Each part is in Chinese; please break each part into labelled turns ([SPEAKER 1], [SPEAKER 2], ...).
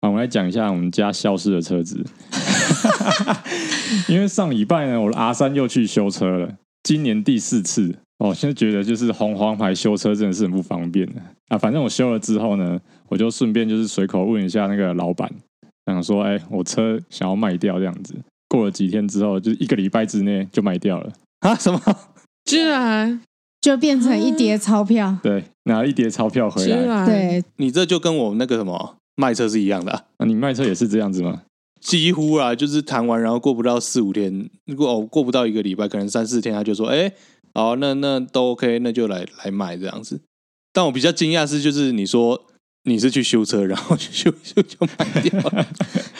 [SPEAKER 1] 啊，我来讲一下我们家消失的车子， 因为上礼拜呢，我的 R 三又去修车了，今年第四次哦，现在觉得就是红黄牌修车真的是很不方便的啊。反正我修了之后呢，我就顺便就是随口问一下那个老板，想说，哎、我车想要卖掉这样子。过了几天之后，就是一个礼拜之内就卖掉了。
[SPEAKER 2] 啊？什么？
[SPEAKER 3] 居然
[SPEAKER 4] 就变成一叠钞票。
[SPEAKER 1] 对，拿一叠钞票回
[SPEAKER 3] 居
[SPEAKER 2] 啊
[SPEAKER 1] 来。
[SPEAKER 3] 然，
[SPEAKER 4] 对，
[SPEAKER 2] 你这就跟我那个什么卖车是一样的啊、
[SPEAKER 1] 那、你卖车也是这样子吗？
[SPEAKER 2] 几乎啊，就是谈完然后过不到四五天，过哦过不到一个礼拜，可能三四天，他就说，哎、好，那那都 OK，那就来来买这样子。但我比较惊讶是，就是你说你是去修车，然后去修修就卖掉了，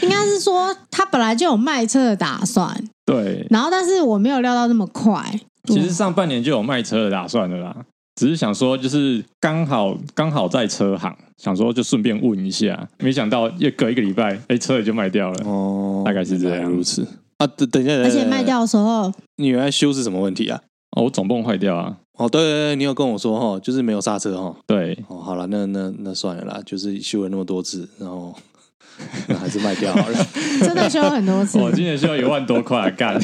[SPEAKER 4] 应该是说他本来就有卖车的打算，
[SPEAKER 1] 对，
[SPEAKER 4] 然后但是我没有料到那么快。
[SPEAKER 1] 其实上半年就有卖车的打算了啦，只是想说就是刚好刚好在车行，想说就顺便问一下，没想到又隔一个礼拜，哎、车也就卖掉了。
[SPEAKER 2] 哦
[SPEAKER 1] 大概是这样
[SPEAKER 2] 原来如此啊。等等一下，等一
[SPEAKER 4] 而
[SPEAKER 2] 下
[SPEAKER 4] 且卖，掉的时候，
[SPEAKER 2] 你原来修是什么问题啊？
[SPEAKER 1] 哦，我总泵坏掉啊，
[SPEAKER 2] 哦，对对对，你有跟我说哈，就是没有刹车哈。
[SPEAKER 1] 对，
[SPEAKER 2] 哦，好了，那那那算了啦，就是修了那么多次，然后那还是卖 掉好了。
[SPEAKER 4] 真的修很多次，
[SPEAKER 1] 我今年需要一万多块干，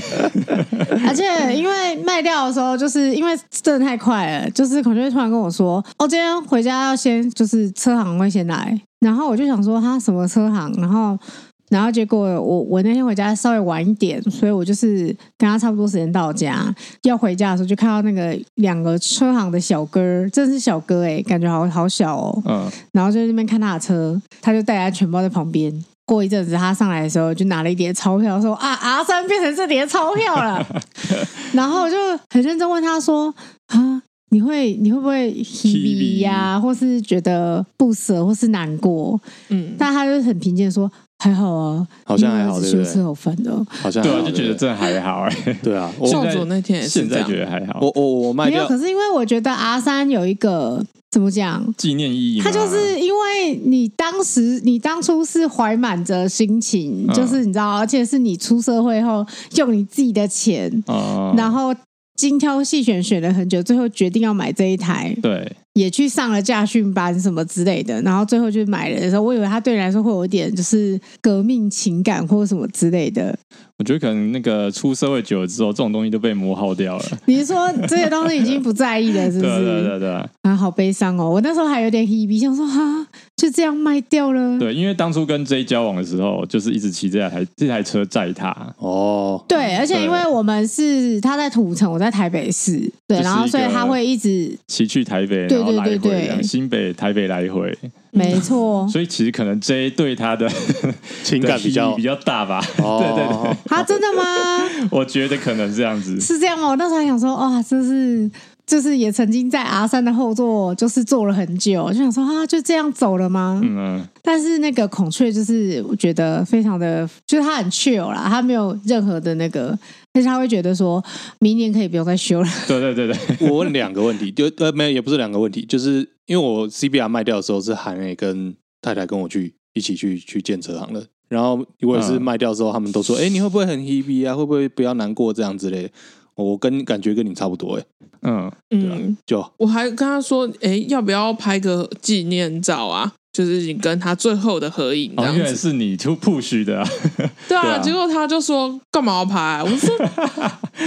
[SPEAKER 4] 而且因为卖掉的时候，就是因为真的太快了，就是孔雀会突然跟我说：“哦，今天回家要先就是车行会先来。”然后我就想说他什么车行，然后然后结果我我那天回家稍微晚一点，所以我就是跟他差不多时间到家。要回家的时候就看到那个两个车行的小哥儿，真的是小哥哎、感觉好好小哦。
[SPEAKER 1] 嗯，
[SPEAKER 4] 然后就在那边看他的车，他就带安全包在旁边。过一阵子他上来的时候，就拿了一叠钞票，说啊，R 三变成这叠钞票了。 然后我就很认真问他说啊，你会你会不会 h i 呀，或是觉得不舍，或是难过？
[SPEAKER 3] 嗯，
[SPEAKER 4] 但他就很平静地说。还好啊，
[SPEAKER 2] 好像还好
[SPEAKER 4] 因为
[SPEAKER 2] 对
[SPEAKER 4] 我儿子修
[SPEAKER 2] 不
[SPEAKER 4] 车
[SPEAKER 2] 对？
[SPEAKER 4] 好烦的，
[SPEAKER 2] 好像
[SPEAKER 1] 对啊，
[SPEAKER 2] 还好
[SPEAKER 1] 就觉得
[SPEAKER 2] 对不
[SPEAKER 1] 这还好哎、
[SPEAKER 2] 对 对啊，我
[SPEAKER 1] 现
[SPEAKER 3] 少
[SPEAKER 1] 在
[SPEAKER 3] 佐那天也是
[SPEAKER 1] 现
[SPEAKER 3] 这
[SPEAKER 1] 在
[SPEAKER 3] 样
[SPEAKER 1] 觉，得还好，
[SPEAKER 2] 我我我卖
[SPEAKER 4] 没有。
[SPEAKER 2] 掉
[SPEAKER 4] 可是因为我觉得 R 三有一个怎么讲，
[SPEAKER 1] 纪念意义嘛，
[SPEAKER 4] 他就是因为你当时你当初是怀满着心情，
[SPEAKER 1] 嗯
[SPEAKER 4] 就是你知道，而且是你出社会后用你自己的钱，
[SPEAKER 1] 啊、
[SPEAKER 4] 然后精挑细选选了很久，最后决定要买这一台，
[SPEAKER 1] 对，
[SPEAKER 4] 也去上了驾训班什么之类的，然后最后就买了的时候，我以为他对你来说会有一点就是革命情感或什么之类的。
[SPEAKER 1] 我觉得可能那个出社会久了之后，这种东西都被磨耗掉了，
[SPEAKER 4] 你是说这些东西已经不在意了，是
[SPEAKER 1] 对
[SPEAKER 4] 不
[SPEAKER 1] 啊
[SPEAKER 4] 是？
[SPEAKER 1] 对啊对啊对啊。
[SPEAKER 4] 啊，好悲伤哦！我那时候还有点 hebe，想说哈，就这样卖掉了。
[SPEAKER 1] 对，因为当初跟 J 交往的时候，就是一直骑这台这台车载他，
[SPEAKER 2] 哦，
[SPEAKER 4] 对，
[SPEAKER 1] 嗯
[SPEAKER 4] 而且因为我们是他在土城，我在台北市，对，
[SPEAKER 1] 就是一个
[SPEAKER 4] 然后所以他会一直
[SPEAKER 1] 骑去台北，
[SPEAKER 4] 对
[SPEAKER 1] 然后来回
[SPEAKER 4] 对对对嗯
[SPEAKER 1] 这样新北、台北来回，
[SPEAKER 4] 没 错，
[SPEAKER 1] 所以其实可能 J 对他 的
[SPEAKER 2] 情感比较
[SPEAKER 1] 比较大吧。
[SPEAKER 2] 哦
[SPEAKER 1] 对对对，
[SPEAKER 4] 他啊真的 吗？
[SPEAKER 1] 我觉得可能这样子。
[SPEAKER 4] 是这样吗？我哦那时候还想说，哇，这是就是也曾经在 R 三的后座就是坐了很久，就想说啊，就这样走了吗？
[SPEAKER 1] 嗯、呃
[SPEAKER 4] 但是那个孔雀就是我觉得非常的，就是他很 chill 啦，他没有任何的那个，但是他会觉得说明年可以不用再修了。
[SPEAKER 1] 对对对对，
[SPEAKER 2] 哦我问两个问题，就呃没有，也不是两个问题，就是因为我 CBR 卖掉的时候是韩磊跟太太跟我去一起去去建车行的，然后我也是
[SPEAKER 1] 嗯
[SPEAKER 2] 卖掉之后，他们都说，哎、你会不会很 hebe 啊？会不会不要难过这样之类的？我跟感觉跟你差不多哎、
[SPEAKER 1] 嗯，
[SPEAKER 2] 对啊
[SPEAKER 3] 嗯，，
[SPEAKER 2] 就
[SPEAKER 3] 我还跟他说，哎，要不要拍个纪念照啊？就是你跟他最后的合影这
[SPEAKER 1] 哦，
[SPEAKER 3] 样
[SPEAKER 1] 原来
[SPEAKER 3] 子，
[SPEAKER 1] 是你 to push 的、 啊，
[SPEAKER 3] 对
[SPEAKER 2] 对啊
[SPEAKER 3] 啊。结果他就说干嘛要拍？我 说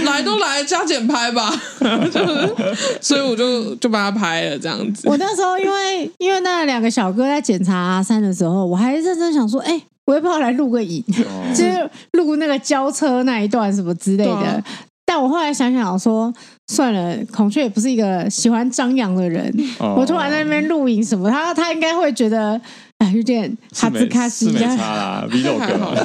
[SPEAKER 3] 来都来，加减拍吧， 就是，所以我就就帮他拍了这样 子。
[SPEAKER 4] 我那时候因为因为那两个小哥在检查阿三的时候，我还认真想说，哎、我要不要来录个影，
[SPEAKER 1] 啊
[SPEAKER 4] 就是录那个交车那一段什么之类的。
[SPEAKER 3] 对啊
[SPEAKER 4] 但我后来想想说，算了，孔雀也不是一个喜欢张扬的人，
[SPEAKER 1] 哦
[SPEAKER 4] 我突然在那边录影什么，他他应该会觉得。哎，有点哈
[SPEAKER 1] 是
[SPEAKER 4] 兹
[SPEAKER 1] 没
[SPEAKER 4] 卡
[SPEAKER 1] 是
[SPEAKER 4] 西
[SPEAKER 1] 没
[SPEAKER 4] 呀！
[SPEAKER 1] 差 啦，vlog
[SPEAKER 3] 还好
[SPEAKER 1] 啊
[SPEAKER 3] 吧？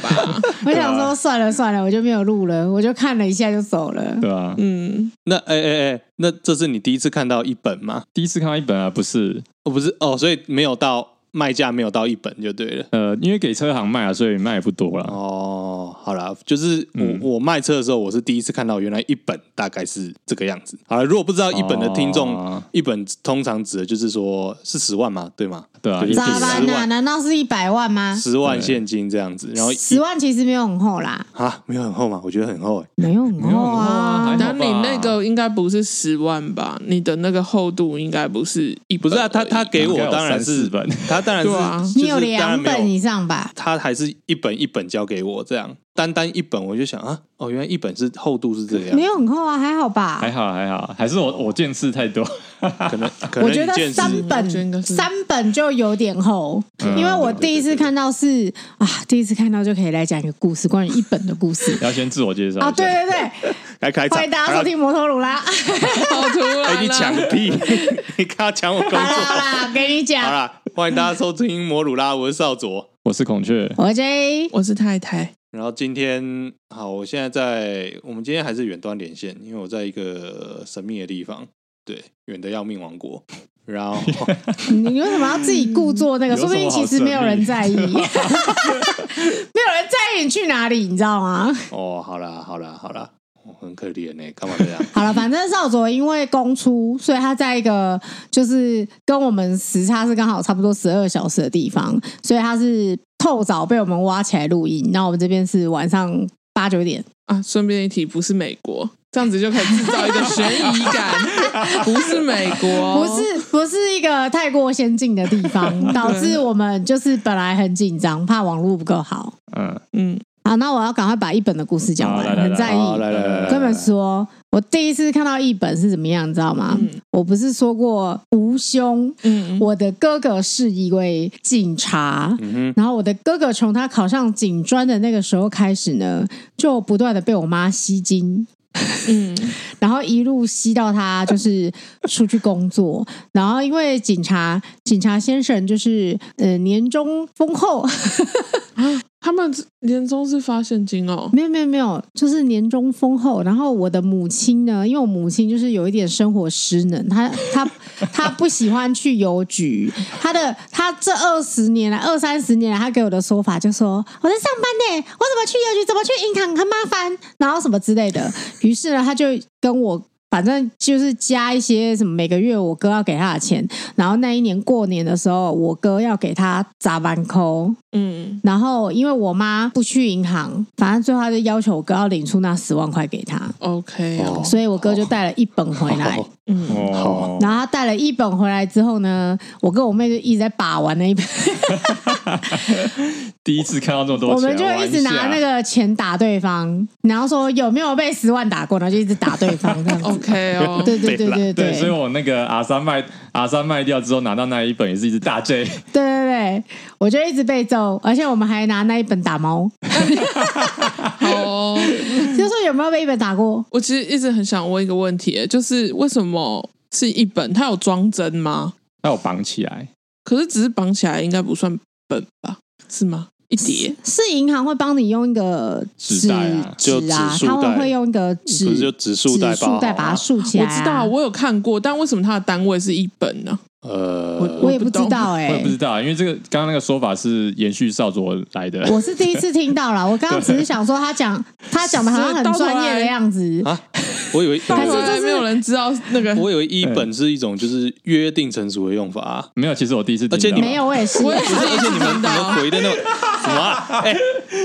[SPEAKER 4] 我想
[SPEAKER 1] 对啊
[SPEAKER 4] 说算了算了，我就没有录了，我就看了一下就走了。
[SPEAKER 1] 对啊，
[SPEAKER 3] 嗯，
[SPEAKER 2] 那哎哎哎，那这是你第一次看到一本吗？
[SPEAKER 1] 第一次看到一本啊，不是，
[SPEAKER 2] 哦，不是哦，所以没有到卖价没有到一本就对了。
[SPEAKER 1] 呃，因为给车行卖啊，所以卖也不多啦。
[SPEAKER 2] 哦，好啦，就是我、
[SPEAKER 1] 嗯
[SPEAKER 2] 我卖车的时候，我是第一次看到原来一本大概是这个样子。好了，如果不知道一本的听众，
[SPEAKER 1] 哦
[SPEAKER 2] 一本通常指的就是说是十万嘛，对吗？
[SPEAKER 1] 对啊，一
[SPEAKER 2] 就
[SPEAKER 1] 定
[SPEAKER 4] 咋
[SPEAKER 2] 10
[SPEAKER 4] 办
[SPEAKER 1] 是
[SPEAKER 4] 呐？
[SPEAKER 2] 万
[SPEAKER 4] 难道是一百万吗？
[SPEAKER 2] 十万现金这样子，然后一
[SPEAKER 4] 十万其实没有很厚啦，
[SPEAKER 2] 啊没有很厚嘛，我觉得很厚哎、
[SPEAKER 4] 没有很
[SPEAKER 1] 没有
[SPEAKER 4] 厚
[SPEAKER 1] 很厚啊还
[SPEAKER 4] 啊
[SPEAKER 1] 好。
[SPEAKER 3] 但你那个应该不是十万吧？你的那个厚度应该不是一
[SPEAKER 2] 不
[SPEAKER 3] 本
[SPEAKER 2] 是啊，他
[SPEAKER 3] 而已
[SPEAKER 2] 他给我
[SPEAKER 1] 应该有
[SPEAKER 2] 当然
[SPEAKER 1] 三
[SPEAKER 2] 是
[SPEAKER 1] 四本
[SPEAKER 2] 他当然是、
[SPEAKER 3] 对啊
[SPEAKER 2] 就是
[SPEAKER 4] 你有
[SPEAKER 2] 当
[SPEAKER 4] 两
[SPEAKER 2] 然没有
[SPEAKER 4] 本以上吧？
[SPEAKER 2] 他还是一本一本交给我，这样单单一本我就想啊，哦，原来一本是厚度是这
[SPEAKER 4] 没
[SPEAKER 2] 样，
[SPEAKER 4] 有很厚啊，还好吧
[SPEAKER 1] 还？好还好，还是我我见识太多，
[SPEAKER 2] 可能可能
[SPEAKER 4] 我觉
[SPEAKER 2] 一
[SPEAKER 4] 得
[SPEAKER 2] 件事
[SPEAKER 4] 三
[SPEAKER 3] 我觉得应该
[SPEAKER 4] 本
[SPEAKER 3] 是
[SPEAKER 4] 三本就有点厚，
[SPEAKER 1] 嗯
[SPEAKER 4] 因为我第一次看到是啊，第一次看到就可以来讲一个故事，关于一本的故 事
[SPEAKER 1] 要先自我介绍一下
[SPEAKER 4] 啊，对对对，
[SPEAKER 2] 来开场，
[SPEAKER 4] 欢迎大家收听《摩托鲁拉》。
[SPEAKER 3] 好突
[SPEAKER 2] 好啦。哎，
[SPEAKER 3] 然啊
[SPEAKER 2] 你抢
[SPEAKER 3] 了，
[SPEAKER 2] 屁！ 你刚刚抢我工作。
[SPEAKER 4] 好啦好啦，给你
[SPEAKER 2] 好
[SPEAKER 4] 讲，
[SPEAKER 2] 啦，欢迎大家收听摩鲁拉，我是少佐。
[SPEAKER 1] 我是孔雀，
[SPEAKER 4] 我 J
[SPEAKER 3] 我是太太，
[SPEAKER 2] 然后今天好，我现在在我们今天还是远端连线，因为我在一个神秘的地方，对，远的要命王国。然后
[SPEAKER 4] 你为什么要自己故作那个？
[SPEAKER 1] 有
[SPEAKER 2] 嗯
[SPEAKER 1] 什
[SPEAKER 4] 说
[SPEAKER 1] 么
[SPEAKER 4] 不定其实没有人在 意，
[SPEAKER 1] 好
[SPEAKER 4] 没有
[SPEAKER 1] 神秘
[SPEAKER 4] 人在意你去哪里，你知道吗？
[SPEAKER 2] 哦，好啦好啦好啦，我很可怜呢、干嘛这样？
[SPEAKER 4] 好了，反正少佐因为公出，所以他在一个就是跟我们时差是刚好差不多十二小时的地方，所以他是透早被我们挖起来录音，那我们这边是晚上八九点。
[SPEAKER 3] 啊，顺便一提，不是美国，这样子就可以制造一个悬疑 感，不是美国，哦
[SPEAKER 4] 不是不是一个太过先进的地方，导致我们就是本来很紧张，怕网络不够好。
[SPEAKER 1] 嗯，
[SPEAKER 3] 嗯，
[SPEAKER 4] 好，那我要赶快把一本的故事讲完，
[SPEAKER 1] 好来来来
[SPEAKER 4] 很在
[SPEAKER 2] 好，
[SPEAKER 4] 意。
[SPEAKER 2] 来来来来，
[SPEAKER 4] 跟你们说，我第一次看到一本是怎么样，你知道吗？
[SPEAKER 3] 嗯
[SPEAKER 4] 我不是说过吴兄，
[SPEAKER 3] 嗯
[SPEAKER 4] 我的哥哥是一位警察。
[SPEAKER 2] 嗯
[SPEAKER 4] 然后我的哥哥从他考上警专的那个时候开始呢，就不断的被我妈吸金，
[SPEAKER 3] 嗯，
[SPEAKER 4] 然后一路吸到他就是 出去工作，然后因为警察警察先生就是呃年终丰厚，
[SPEAKER 3] 啊他们年终是发现金哦，
[SPEAKER 4] 没有没有没有，就是年终丰厚。然后我的母亲呢，因为我母亲就是有一点生活失能，她 她她不喜欢去邮局。她的她这二十年来二三十年来，她给我的说法就说我在上班呢，我怎么去邮局，怎么去银行，很麻烦，然后什么之类的。于是呢，她就跟我。反正就是加一些什么，每个月我哥要给他的钱，然后那一年过年的时候，我哥要给他砸板扣，
[SPEAKER 3] 嗯，
[SPEAKER 4] 然后因为我妈不去银行，反正最后她就要求我哥要领出那十万块给她，
[SPEAKER 3] OK 哦，
[SPEAKER 4] 所以我哥就带了一本回来。
[SPEAKER 2] 好
[SPEAKER 3] 嗯，
[SPEAKER 1] 哦，
[SPEAKER 4] 然后他带了一本回来之后呢，我跟我妹就一直在把玩那一本，
[SPEAKER 1] 第一次看到这 么多
[SPEAKER 4] 我
[SPEAKER 1] 钱，
[SPEAKER 4] 们就一直拿那个钱打对方，然后说有没有被十万打过，然后就一直打对方这样子。
[SPEAKER 3] OK 哦，
[SPEAKER 4] 对对对对对
[SPEAKER 1] 对，
[SPEAKER 4] 对
[SPEAKER 1] 所以我那个 R 三卖 R 三卖掉之后，拿到那一本也是一直大 J，
[SPEAKER 4] 对对，我就一直被揍，而且我们还拿那一本打猫，
[SPEAKER 3] 好哦。
[SPEAKER 4] 就说有没有被一本打过？
[SPEAKER 3] 我其实一直很想问一个问题，欸就是为什么是一本？它有装帧吗？
[SPEAKER 1] 那我绑起来，
[SPEAKER 3] 可是只是绑起来，应该不算本吧？是吗？一叠
[SPEAKER 4] 是银行会帮你用一个
[SPEAKER 1] 纸
[SPEAKER 4] 纸
[SPEAKER 1] 袋啊
[SPEAKER 2] 就
[SPEAKER 4] 纸啊，
[SPEAKER 2] 纸束
[SPEAKER 4] 他们
[SPEAKER 2] 带
[SPEAKER 4] 会用一个
[SPEAKER 2] 不
[SPEAKER 4] 纸，
[SPEAKER 2] 是就指数
[SPEAKER 4] 指
[SPEAKER 2] 带包好啊？
[SPEAKER 4] 把它竖起来、
[SPEAKER 3] 我知道，我有看过，但为什么它的单位是一本呢？
[SPEAKER 2] 呃，
[SPEAKER 4] 我也不知道
[SPEAKER 1] 我
[SPEAKER 4] 哎、
[SPEAKER 1] 也不知道啊，因为这个刚刚那个说法是延续少佐来的，
[SPEAKER 4] 我是第一次听到了。我刚刚只是想说他讲他讲的好像很专业的样子，
[SPEAKER 2] 啊，我以为
[SPEAKER 4] 还
[SPEAKER 3] 当
[SPEAKER 4] 是这
[SPEAKER 3] 然
[SPEAKER 4] 是
[SPEAKER 3] 没有人知道那个。
[SPEAKER 2] 我以为一本是一种就是约定成熟的用法、啊，
[SPEAKER 1] 没有，其实我第一次听到，
[SPEAKER 2] 而且你
[SPEAKER 4] 没有我也是。
[SPEAKER 3] 我也是
[SPEAKER 2] 而且你
[SPEAKER 3] 一直
[SPEAKER 2] 们
[SPEAKER 3] 听
[SPEAKER 2] 你们
[SPEAKER 3] 到，
[SPEAKER 2] 回的那么什么、啊？ 哎、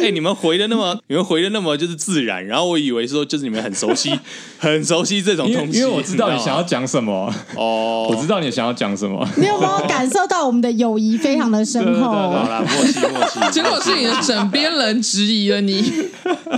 [SPEAKER 2] 哎、你们回的那么你们回的那么就是自然，然后我以为说就是你们很 熟悉，很熟悉这种
[SPEAKER 1] 因为
[SPEAKER 2] 东西，
[SPEAKER 1] 因为我知道你想要
[SPEAKER 2] 吗
[SPEAKER 1] 讲什么，
[SPEAKER 2] 哦，
[SPEAKER 1] 我知道你想要讲什么，
[SPEAKER 4] 你有没有感受到我们的友谊非常的深厚？
[SPEAKER 1] 对对
[SPEAKER 2] 好啦，默契默 契，
[SPEAKER 3] 结果是你的枕边人质疑了你。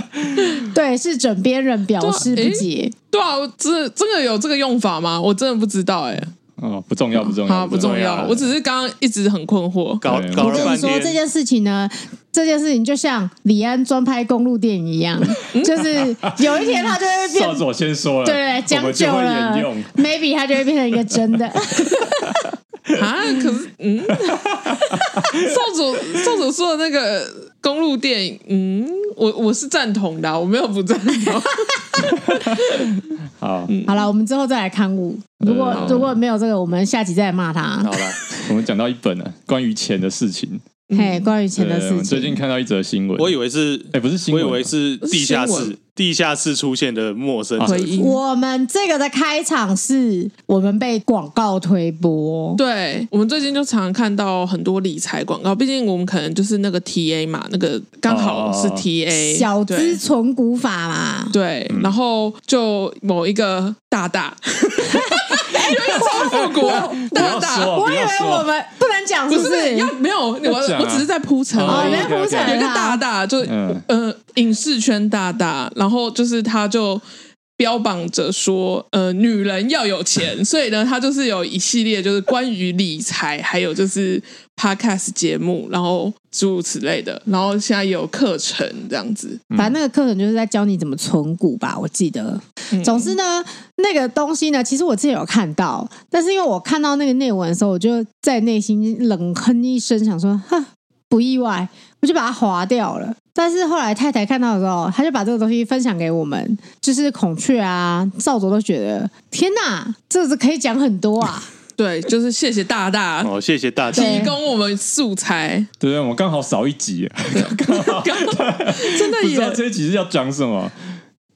[SPEAKER 4] 对是枕边人表示不解。
[SPEAKER 3] 对啊，我这这个有这个用法吗？我真的不知道哎、
[SPEAKER 1] 哦，不重要，不重要，
[SPEAKER 3] 嗯好不重要，我只是刚刚一直很困惑。
[SPEAKER 2] 搞
[SPEAKER 1] 对
[SPEAKER 2] 搞
[SPEAKER 4] 我
[SPEAKER 2] 了
[SPEAKER 4] 跟你
[SPEAKER 2] 半
[SPEAKER 4] 说这
[SPEAKER 2] 天，
[SPEAKER 4] 件事情呢，这件事情就像李安专拍公路电影一样，就是有一天他就会变
[SPEAKER 1] 少佐先说了，
[SPEAKER 4] 对对对，
[SPEAKER 1] 呃我
[SPEAKER 4] 讲
[SPEAKER 1] 们就
[SPEAKER 4] 久
[SPEAKER 1] 会
[SPEAKER 4] 了
[SPEAKER 1] 沿用。
[SPEAKER 4] ，maybe 它就会变成一个真 的。
[SPEAKER 3] 啊，可是 嗯，少主少主说的那个公路电影，嗯，我我是赞同的啊、我没有不赞 同。
[SPEAKER 1] 好，
[SPEAKER 4] 好了，我们之后再来刊物。如果
[SPEAKER 1] 嗯
[SPEAKER 4] 如果没有这个，我们下集再来骂他
[SPEAKER 2] 好。 了，
[SPEAKER 1] 我们讲到一本了，关于钱的事情。
[SPEAKER 4] 嘿，关于钱的
[SPEAKER 1] 对我
[SPEAKER 4] 事
[SPEAKER 1] 们最近
[SPEAKER 4] 情，
[SPEAKER 1] 看到一则新闻，
[SPEAKER 2] 我以为是，
[SPEAKER 1] 哎不是新
[SPEAKER 2] 我以
[SPEAKER 1] 闻啊啊
[SPEAKER 2] 为是地下
[SPEAKER 3] 是新
[SPEAKER 2] 室
[SPEAKER 3] 闻，
[SPEAKER 2] 地下室出现的陌生
[SPEAKER 3] 回
[SPEAKER 2] 人。
[SPEAKER 3] 音，
[SPEAKER 4] 我们这个的开场是我们被广告推播，
[SPEAKER 3] 对，我们最近就常常看到很多理财广告，毕竟我们可能就是那个 TA 嘛，那个刚好是
[SPEAKER 1] 哦
[SPEAKER 3] TA
[SPEAKER 4] 小
[SPEAKER 3] 对
[SPEAKER 4] 资存股法嘛，
[SPEAKER 3] 对，然后就某一个大大，有一超复古啊 大大，
[SPEAKER 1] 说
[SPEAKER 4] 我
[SPEAKER 1] 哦不
[SPEAKER 4] 以
[SPEAKER 1] 要
[SPEAKER 4] 为
[SPEAKER 1] 说
[SPEAKER 4] 我们不能讲，
[SPEAKER 3] 不
[SPEAKER 4] 是
[SPEAKER 3] 是要没有我
[SPEAKER 1] 要讲啊
[SPEAKER 3] 我只是在铺陈
[SPEAKER 4] 哦，
[SPEAKER 3] 而
[SPEAKER 4] 你
[SPEAKER 3] 已
[SPEAKER 4] 在。铺
[SPEAKER 1] 对
[SPEAKER 3] 有
[SPEAKER 4] 陈
[SPEAKER 3] 一个大大，就
[SPEAKER 1] 嗯
[SPEAKER 3] 呃影视圈大大，然后就是他就标榜着说，呃，女人要有钱，所以呢，他就是有一系列就是关于理财，还有就是 podcast 节目，然后诸如此类的，然后现在也有课程这样子，
[SPEAKER 4] 反正那个课程就是在教你怎么存股吧，我记得。
[SPEAKER 3] 嗯
[SPEAKER 4] 总之呢，那个东西呢，其实我之前有看到，但是因为我看到那个内文的时候，我就在内心冷哼一声，想说，哼，不意外，我就把它划掉了。但是后来太太看到的时候，她就把这个东西分享给我们，就是孔雀啊、赵卓都觉得，天哪，这是可以讲很多 啊！
[SPEAKER 3] 对，就是谢谢大大。
[SPEAKER 2] 哦，谢谢大家。
[SPEAKER 4] 对
[SPEAKER 3] 提供我们素材，
[SPEAKER 1] 对对，我刚好少一集，
[SPEAKER 3] 真的
[SPEAKER 1] 不知道
[SPEAKER 3] 也
[SPEAKER 1] 这一集是要讲什么。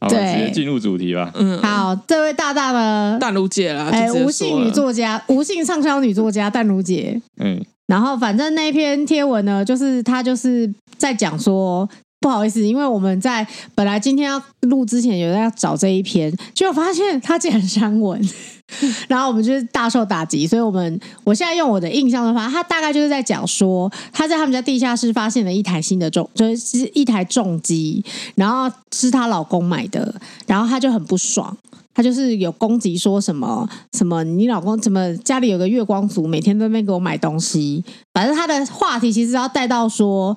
[SPEAKER 1] 好，我
[SPEAKER 4] 对
[SPEAKER 1] 们直接进入主题吧。
[SPEAKER 3] 嗯，
[SPEAKER 4] 好，这位大大呢，
[SPEAKER 3] 淡如姐啦，
[SPEAKER 4] 哎，
[SPEAKER 3] 就直接
[SPEAKER 4] 无
[SPEAKER 3] 说
[SPEAKER 4] 性女
[SPEAKER 3] 了
[SPEAKER 4] 作家、无性畅销女作家淡如姐，
[SPEAKER 1] 嗯，
[SPEAKER 4] 然后反正那一篇贴文呢，就是他就是在讲说。不好意思，因为我们在本来今天要录之前有在找这一篇，结果发现它竟然删文， 然后我们就是大受打击。所以我们我现在用我的印象的话，他大概就是在讲说他在他们家地下室发现了一台新的重，就是一台重机，然后是她老公买的，然后她就很不爽，她就是有攻击说什么什么你老公怎么家里有个月光族，每天都在那边给我买东西，反正她的话题其实要带到说。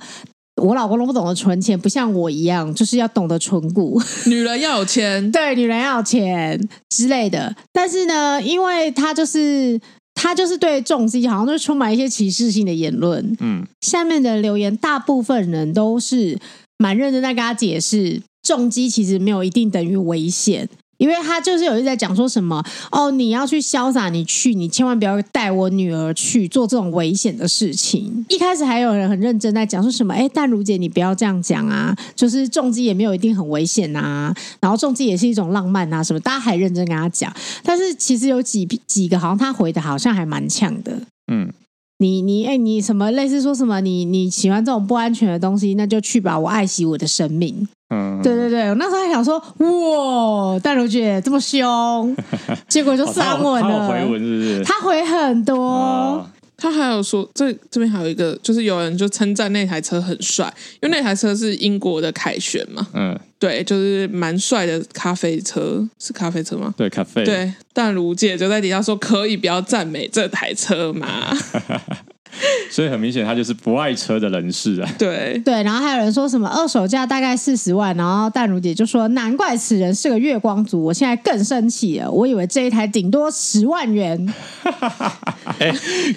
[SPEAKER 4] 我老公都不懂得存钱，不像我一样，就是要懂得存股。
[SPEAKER 3] 女人要有钱，
[SPEAKER 4] 对，女人要有钱之类的。但是呢，因为她就是她就是对重击好像就是充满一些歧视性的言论。
[SPEAKER 1] 嗯，
[SPEAKER 4] 下面的留言大部分人都是蛮认真在跟他解释，重击其实没有一定等于危险。因为他就是有一直在讲说什么哦，你要去潇洒，你去，你千万不要带我女儿去做这种危险的事情。一开始还有人很认真在讲说什么，哎，淡如姐你不要这样讲啊，就是重击也没有一定很危险啊，然后重击也是一种浪漫啊，什么大家还认真跟他讲。但是其实有几几个好像他回的好像还蛮呛的，
[SPEAKER 1] 嗯，
[SPEAKER 4] 你你哎、你什么类似说什么你你喜欢这种不安全的东西，那就去吧，我爱惜我的生命。
[SPEAKER 1] 嗯，
[SPEAKER 4] 对对对，我那时候还想说，哇，淡如姐这 么凶，结果就
[SPEAKER 1] 哦，
[SPEAKER 4] 删文
[SPEAKER 1] 他有他有回
[SPEAKER 4] 了。
[SPEAKER 1] 文是不是？
[SPEAKER 4] 他回很多，
[SPEAKER 1] 哦，
[SPEAKER 3] 他还有说，这这边还有一个，就是有人就称赞那台车很帅，因为那台车是英国的凯旋嘛，
[SPEAKER 1] 嗯，
[SPEAKER 3] 对，就是蛮帅的咖啡车，是咖啡车吗？
[SPEAKER 1] 对，咖啡，，
[SPEAKER 3] 对，但卢姐就在底下说，可以不要赞美这台车嘛？
[SPEAKER 1] 所以很明显他就是不爱车的人士 啊。
[SPEAKER 3] 对，
[SPEAKER 4] 对，然后还有人说什么二手价大概四十万，然后淡如姐就说难怪此人是个月光族，我现在更生气了，我以为这一台顶多十万元，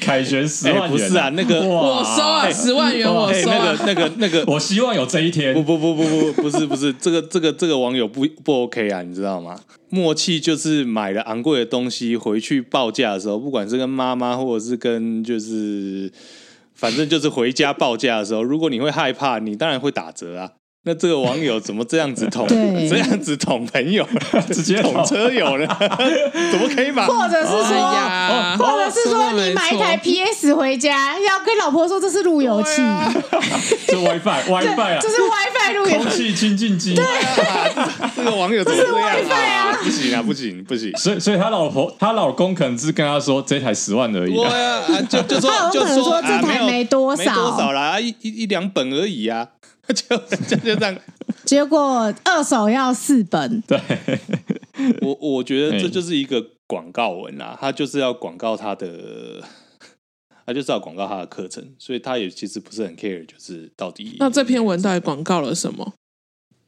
[SPEAKER 1] 凯旋十
[SPEAKER 2] 哎、
[SPEAKER 1] 万元，
[SPEAKER 2] 不是啊，，那个
[SPEAKER 1] 哇
[SPEAKER 3] 我收啊，
[SPEAKER 1] 哎
[SPEAKER 3] 十万元我
[SPEAKER 2] 哎、
[SPEAKER 3] 收
[SPEAKER 2] 那
[SPEAKER 3] 啊
[SPEAKER 2] 个，那个那个，
[SPEAKER 1] 我希望有这一天
[SPEAKER 2] 不。不不不不，不是不是，这个这个这个网友不不 OK 啊，你知道吗？默契就是买了昂贵的东西回去报价的时候，不管是跟妈妈或者是跟就是，反正就是回家报价的时候，如果你会害怕，你当然会打折啊。那这个网友怎么这样子捅
[SPEAKER 4] 对
[SPEAKER 2] 这样子捅朋友，
[SPEAKER 1] 直接
[SPEAKER 2] 捅
[SPEAKER 1] 捅
[SPEAKER 2] 车友呢？ 怎么可以把？
[SPEAKER 4] 或者是
[SPEAKER 3] 哎
[SPEAKER 4] 说。
[SPEAKER 1] 哦
[SPEAKER 3] 呀，哦
[SPEAKER 4] 或者是说你买一
[SPEAKER 3] 说得没错
[SPEAKER 4] 台 PS 回家，要跟老婆说这是路由器，
[SPEAKER 1] 这 WiFi
[SPEAKER 4] 这
[SPEAKER 1] WiFi 啊
[SPEAKER 4] 这，是 WiFi 路由
[SPEAKER 1] 空
[SPEAKER 4] 器。
[SPEAKER 1] 气清净机。
[SPEAKER 2] 这个网友怎么这样
[SPEAKER 4] 这是 WiFi 啊
[SPEAKER 2] 不行啊，不行不行！
[SPEAKER 1] 所以，所以他老婆，他老公可能是跟他说这台十万而已
[SPEAKER 2] 我
[SPEAKER 1] 啊。
[SPEAKER 2] 呀、啊，就就 说
[SPEAKER 4] 他有
[SPEAKER 2] 就
[SPEAKER 4] 可能说这
[SPEAKER 2] 啊
[SPEAKER 4] 台
[SPEAKER 2] 有
[SPEAKER 4] 没多
[SPEAKER 2] 没
[SPEAKER 4] 少
[SPEAKER 2] 多少啦，啊一一一两本而已啊， 就就就这样。
[SPEAKER 4] 结果二手要四本，
[SPEAKER 1] 对，
[SPEAKER 2] 我我觉得
[SPEAKER 1] 哎
[SPEAKER 2] 这就是一个广告文啦，他就是要广告他的，他就是要广告他的课程，所以他也其实不是很 care，就是到底
[SPEAKER 3] 那这篇文到底广告了什么？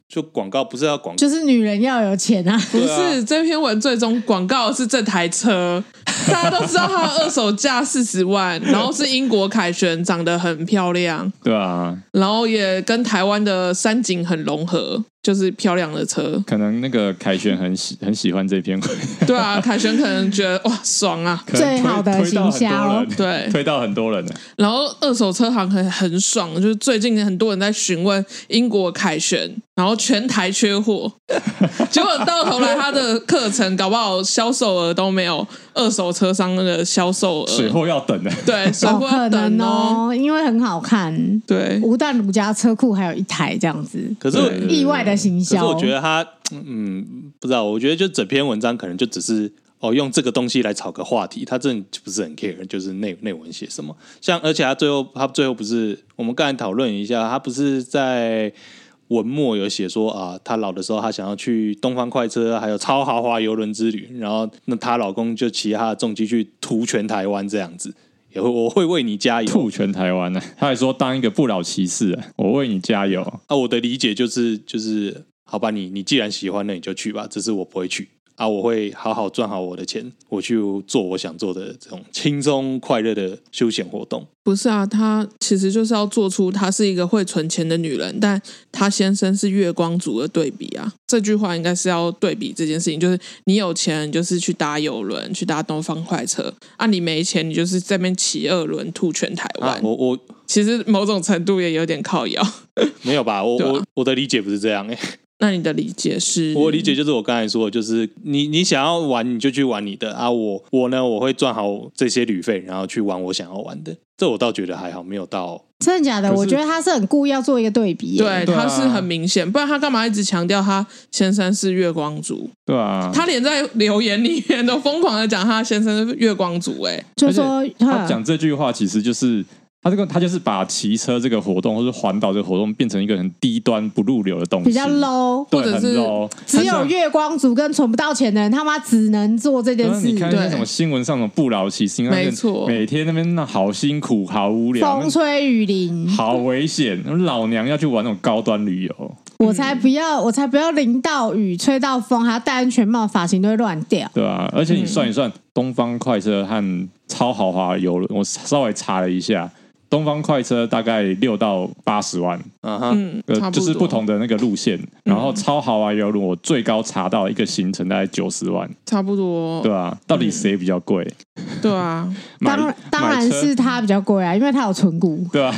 [SPEAKER 2] 就广告不是要广告，
[SPEAKER 4] 就是女人要有钱啊。
[SPEAKER 3] 不
[SPEAKER 2] 对啊
[SPEAKER 3] 是这篇文最终广告是这台 车，大家都知道它的二手价四十万，然后是英国凯旋，长得很漂亮，
[SPEAKER 1] 对啊，
[SPEAKER 3] 然后也跟台湾的山景很融合，就是漂亮的车。
[SPEAKER 1] 可能那个凯旋很喜很喜欢这篇 文，
[SPEAKER 3] 对 啊，凯旋可能觉得哇爽啊，
[SPEAKER 1] 可能
[SPEAKER 4] 最好的
[SPEAKER 1] 推推到
[SPEAKER 4] 行销
[SPEAKER 1] 很多人
[SPEAKER 3] 对
[SPEAKER 1] 推到很多人啊了。
[SPEAKER 3] 然后二手车行很 很爽，就是最近很多人在询问英国凯旋，然后全台缺货，结果到头来他的课程搞不好销售额都没有二手车商的销售
[SPEAKER 1] 水
[SPEAKER 3] 额，
[SPEAKER 1] 货要等的，啊
[SPEAKER 3] 对，水
[SPEAKER 4] 哦
[SPEAKER 3] 货
[SPEAKER 4] 可
[SPEAKER 3] 要等
[SPEAKER 4] 能
[SPEAKER 3] 哦，
[SPEAKER 4] 哦，因为很好看。
[SPEAKER 3] 对，
[SPEAKER 4] 吴淡如家车库还有一台这样子，
[SPEAKER 2] 可是我
[SPEAKER 1] 对
[SPEAKER 4] 意外的行
[SPEAKER 2] 可是
[SPEAKER 4] 销。
[SPEAKER 2] 我觉得他，嗯，不知道，我觉得就整篇文章可能就只是哦，用这个东西来炒个话题，他真的不是很 care，就是内内文写什么。像而且他最后他最后不是我们刚才讨论一下，他不是在文末有写说啊，她老的时候她想要去东方快车，啊还有超豪华游轮之旅，然后那她老公就骑他的重机去图全台湾这样子，也会我会为你加油。
[SPEAKER 1] 吐全台湾呢、啊他还说当一个不老骑士、啊，我为你加油。
[SPEAKER 2] 啊，我的理解就是就是，好吧，你你既然喜欢，那你就去吧，只是我不会去啊，我会好好赚好我的钱，我去做我想做的这种轻松快乐的休闲活动。
[SPEAKER 3] 不是啊，她其实就是要做出她是一个会存钱的女人，但她先生是月光族的对比啊。这句话应该是要对比这件事情，就是你有钱，你就是去搭游轮，去搭东方快车；啊，你没钱，你就是在那边骑二轮吐全台湾。
[SPEAKER 2] 啊，我我
[SPEAKER 3] 其实某种程度也有点靠摇。
[SPEAKER 2] 没有吧，我
[SPEAKER 3] 对啊嗯
[SPEAKER 2] 我我的理解不是这样哎、
[SPEAKER 3] 那你的理解是？
[SPEAKER 2] 我理解就是我刚才说的，就是你你想要玩你就去玩你的啊，我我呢我会赚好这些旅费，然后去玩我想要玩的，这我倒觉得还好，没有到
[SPEAKER 4] 真的假的？
[SPEAKER 1] 可是
[SPEAKER 4] 我觉得他是很故意要做一个对比耶。
[SPEAKER 3] 对，
[SPEAKER 1] 对啊
[SPEAKER 3] 她是很明显，不然她干嘛一直强调她先生是月光族？
[SPEAKER 1] 对啊，
[SPEAKER 3] 她连在留言里面都疯狂的讲她先生是月光族、欸，哎，
[SPEAKER 4] 就说
[SPEAKER 1] 他讲这句话，其实就是他这个，他就是把骑车这个活动，或是环岛这个活动，变成一个很低端不入流的东西，
[SPEAKER 4] 比较 low，
[SPEAKER 1] 对，
[SPEAKER 3] 或者
[SPEAKER 1] 很
[SPEAKER 3] 是
[SPEAKER 1] low。
[SPEAKER 4] 只有
[SPEAKER 1] 像
[SPEAKER 4] 月光族跟存不到钱的人，他妈只能做这件
[SPEAKER 1] 就是
[SPEAKER 4] 事
[SPEAKER 1] 嗯你。看一些
[SPEAKER 3] 对
[SPEAKER 1] 什么新闻上什么不老骑士，你看那
[SPEAKER 3] 没
[SPEAKER 1] 个
[SPEAKER 3] 错
[SPEAKER 1] 每天那边那好辛苦，好无聊，
[SPEAKER 4] 风
[SPEAKER 1] 那
[SPEAKER 4] 吹雨淋，
[SPEAKER 1] 好危险，老娘要去玩那种高端旅游，
[SPEAKER 4] 我才不要，我才不要淋到雨、吹到风，还要戴安全帽，发型都会乱掉。
[SPEAKER 1] 对啊，而且你算一算，东方快车和超豪华游轮，我稍微查了一下，东方快车大概六到八十万，
[SPEAKER 2] 啊哈，
[SPEAKER 3] 嗯，
[SPEAKER 1] 呃，
[SPEAKER 3] 差
[SPEAKER 1] 就是
[SPEAKER 3] 多
[SPEAKER 1] 不同的那个路线，然后超豪华游轮，我最高查到一个行程大概九十万，
[SPEAKER 3] 差不多，
[SPEAKER 1] 对啊，到底谁比较贵？
[SPEAKER 3] 对啊，
[SPEAKER 1] 买
[SPEAKER 4] 当当
[SPEAKER 1] 买
[SPEAKER 4] 然
[SPEAKER 1] 车
[SPEAKER 4] 是他比较贵啊，因为他有存股。
[SPEAKER 1] 对啊，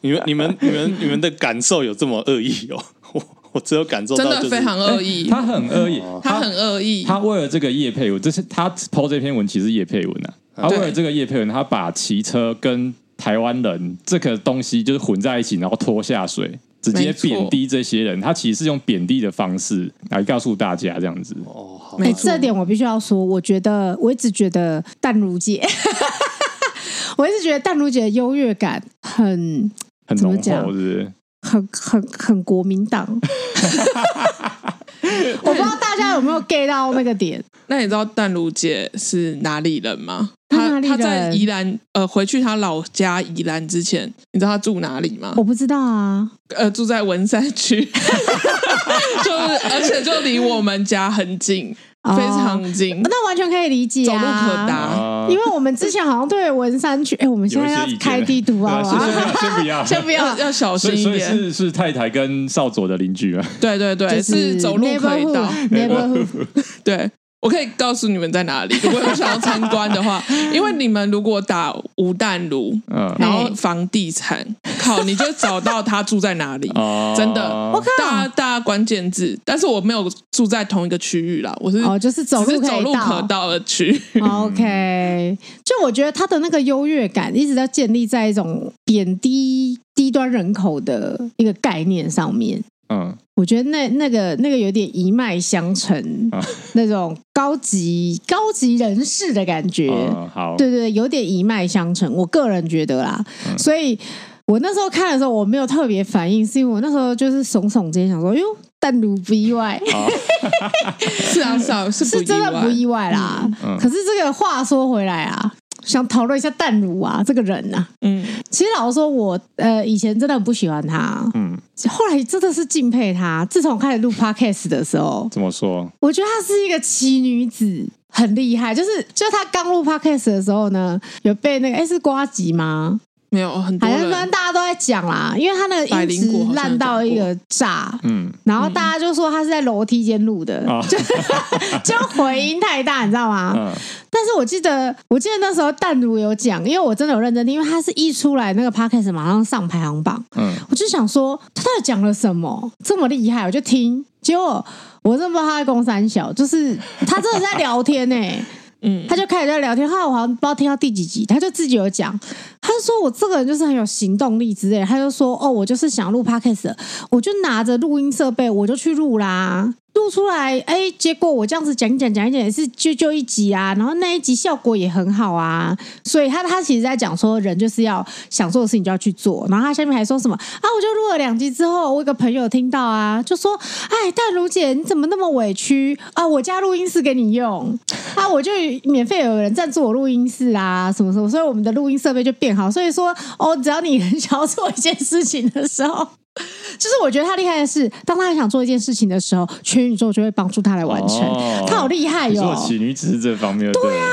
[SPEAKER 2] 你们你们你们你们的感受有这么恶意哦， 我我只有感受到、
[SPEAKER 3] 真
[SPEAKER 2] 就是、
[SPEAKER 3] 的非常恶
[SPEAKER 1] 哎
[SPEAKER 3] 意，
[SPEAKER 1] 他很恶意，
[SPEAKER 3] 他很恶意，
[SPEAKER 1] 他为了这个叶佩文，这是他抛这篇文其实叶佩文啊，他为了这个叶佩文，他把骑车跟台湾人这个东西就是混在一起，然后拖下水。直接
[SPEAKER 3] 没错
[SPEAKER 1] 贬低这些人，他其实是用贬低的方式来告诉大家这样子。
[SPEAKER 2] 哦，好
[SPEAKER 3] 没
[SPEAKER 4] 哎，
[SPEAKER 3] 错
[SPEAKER 4] 这点我必须要说，我觉得我一直觉得淡如姐， 我一直觉得淡如姐的优越感很
[SPEAKER 1] 很
[SPEAKER 4] 怎么
[SPEAKER 1] 浓
[SPEAKER 4] 讲
[SPEAKER 1] 厚，是不是？
[SPEAKER 4] 很很很国民党。 我不知道大家有没有 get 到那 个点，
[SPEAKER 3] 那你知道淡如姐是哪里人吗？
[SPEAKER 4] 她
[SPEAKER 3] 她
[SPEAKER 4] 哪里
[SPEAKER 3] 她在
[SPEAKER 4] 人
[SPEAKER 3] 宜兰，呃，回去她老家宜兰之前，你知道她住哪里吗？
[SPEAKER 4] 我不知道啊。
[SPEAKER 3] 呃，住在文山区， 就是而且就离我们家很近，
[SPEAKER 4] 哦
[SPEAKER 3] 非常近，
[SPEAKER 4] 那完全可以理解、啊，
[SPEAKER 3] 走路可达
[SPEAKER 1] 啊
[SPEAKER 4] 因为我们之前好像对文山区，哎、我们现
[SPEAKER 1] 有一
[SPEAKER 4] 在
[SPEAKER 1] 些
[SPEAKER 4] 要
[SPEAKER 1] 意见
[SPEAKER 4] 开地图啊，
[SPEAKER 1] 对先
[SPEAKER 4] 哇
[SPEAKER 1] 先不要，
[SPEAKER 4] 先不要
[SPEAKER 3] 要。要小
[SPEAKER 1] 所
[SPEAKER 3] 心
[SPEAKER 1] 以
[SPEAKER 3] 一
[SPEAKER 1] 所以
[SPEAKER 3] 点。
[SPEAKER 1] 是是太太跟少佐的邻居啊，
[SPEAKER 3] 对对对，
[SPEAKER 4] 就是
[SPEAKER 3] 走路可以到。
[SPEAKER 4] neighborhood，neighborhood，
[SPEAKER 3] 对，我可以告诉你们在哪里。 如果有想要参观的话，因为你们如果打吴淡如，
[SPEAKER 1] 嗯，
[SPEAKER 3] 然后房地 产，靠，你就找到他住在哪里。
[SPEAKER 1] 哦
[SPEAKER 3] 真的
[SPEAKER 4] 我靠
[SPEAKER 3] 大家大家关键字，但是我没有住在同一个区域啦， 我是
[SPEAKER 4] 哦，就是走
[SPEAKER 3] 只
[SPEAKER 4] 路
[SPEAKER 3] 是
[SPEAKER 4] 可
[SPEAKER 3] 走
[SPEAKER 4] 以
[SPEAKER 3] 路可
[SPEAKER 4] 到。哦
[SPEAKER 3] 到的 区。
[SPEAKER 4] OK，就我觉得他的那个优越感一直在建立在一种贬低低端人口的一个概念上面。
[SPEAKER 1] 嗯，
[SPEAKER 4] 我觉得那那个那个有点一脉相承，
[SPEAKER 1] 啊
[SPEAKER 4] 那种高级高级人士的感觉。
[SPEAKER 1] 嗯好，
[SPEAKER 4] 对对，对有点一脉相承。我个人觉得啦，
[SPEAKER 1] 嗯
[SPEAKER 4] 所以我那时候看的时候，我没有特别反应，是因为我那时候就是耸耸肩，想说哟，但如不意外，
[SPEAKER 1] 好，
[SPEAKER 3] 是啊，是啊，是不
[SPEAKER 4] 是真的不
[SPEAKER 3] 意
[SPEAKER 4] 意
[SPEAKER 3] 外。
[SPEAKER 4] 外啦。
[SPEAKER 1] 嗯嗯
[SPEAKER 4] 可是这个话说回来啊。想讨论一下淡如啊，这个人啊，
[SPEAKER 3] 嗯，
[SPEAKER 4] 其实老实说我，呃以前真的很不喜欢他，
[SPEAKER 1] 嗯，
[SPEAKER 4] 后来真的是敬佩他。自从开始录 podcast 的时候，
[SPEAKER 1] 怎么说？
[SPEAKER 4] 我觉得她是一个奇女子，很厉害。就是就是她刚录 podcast 的时候呢，有被那个哎是瓜吉吗？
[SPEAKER 3] 没有很多
[SPEAKER 4] 好像反
[SPEAKER 3] 人
[SPEAKER 4] 正大家都在讲啦，因为他那个
[SPEAKER 3] 百
[SPEAKER 4] 音
[SPEAKER 3] 灵果好像
[SPEAKER 4] 质烂到一个炸，
[SPEAKER 1] 嗯，
[SPEAKER 4] 然后大家就说他是在楼梯间录的，
[SPEAKER 3] 嗯
[SPEAKER 1] 啊，
[SPEAKER 4] 就回音太大，你知道吗？
[SPEAKER 1] 嗯，
[SPEAKER 4] 但是我记得，我记得那时候淡如有讲，因为我真的有认真听，因为他是一出来那个 podcast 马上上排行榜，
[SPEAKER 1] 嗯，
[SPEAKER 4] 我就想说他到底讲了什么这么厉害，我就听。结果我真不知道他在公三小，就是他真的在聊天呢、欸
[SPEAKER 3] 嗯，
[SPEAKER 4] 他就开始在聊天，后来我好像不知道听到第几集，他就自己有讲，他就说我这个人就是很有行动力之类的，他就说哦，我就是想录 podcast，的我就拿着录音设备，我就去录啦，录出来，哎，结果我这样子讲一讲讲一讲也是就就一集啊，然后那一集效果也很好啊，所以他他其实在讲说人就是要想做的事情就要去做，然后他下面还说什么啊，我就录了两集之后，我有个朋友听到啊，就说哎，淡如姐你怎么那么委屈啊？我家录音室给你 用啊，我就免费有人赞助我录音室啊，什么什么，所以我们的录音设备就变好，所以说哦，只要你很想要做一件事情的时候。 就是我觉得他厉害的是，当他很想做一件事情的时候，全宇宙就会帮助他来完成。
[SPEAKER 1] 哦
[SPEAKER 4] 他好厉害
[SPEAKER 1] 你
[SPEAKER 4] 哟、
[SPEAKER 1] 说的奇女只是这方面，对啊，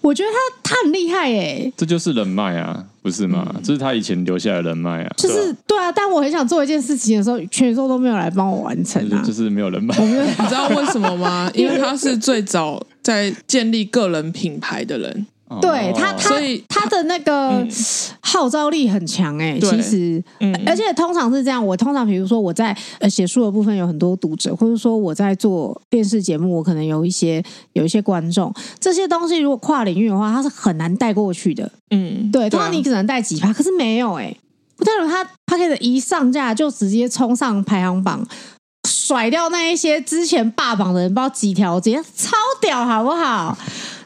[SPEAKER 4] 我觉得他他很厉害耶、
[SPEAKER 1] 这就是人脉啊，不是吗？这是他以前留下的人脉啊，
[SPEAKER 4] 就是对啊，当我很想做一件事情的时候，全宇宙都没有来帮我完成
[SPEAKER 1] 就是
[SPEAKER 4] 啊。
[SPEAKER 1] 就是没有人脉，
[SPEAKER 3] 你知道为什么 吗？因为他是最早在建立个人品牌的人，
[SPEAKER 1] 哦
[SPEAKER 4] 对他，他
[SPEAKER 3] 所以
[SPEAKER 4] 他的那个
[SPEAKER 3] 嗯
[SPEAKER 4] 号召力很强哎、
[SPEAKER 3] 对
[SPEAKER 4] 其实，
[SPEAKER 3] 嗯
[SPEAKER 4] 而且通常是这样，我通常比如说我在呃写书的部分有很多读者，或者说我在做电视节目，我可能有一些有一些观众，这些东西如果跨领域的话，它是很难带过去的。
[SPEAKER 3] 嗯，
[SPEAKER 4] 对，通
[SPEAKER 3] 对啊
[SPEAKER 4] 常你只能带几趴，可是没有哎、欸，但是他 p a c k e t 一上架就直接冲上排行榜，甩掉那一些之前霸榜的人，不知道几条街，超屌好不好？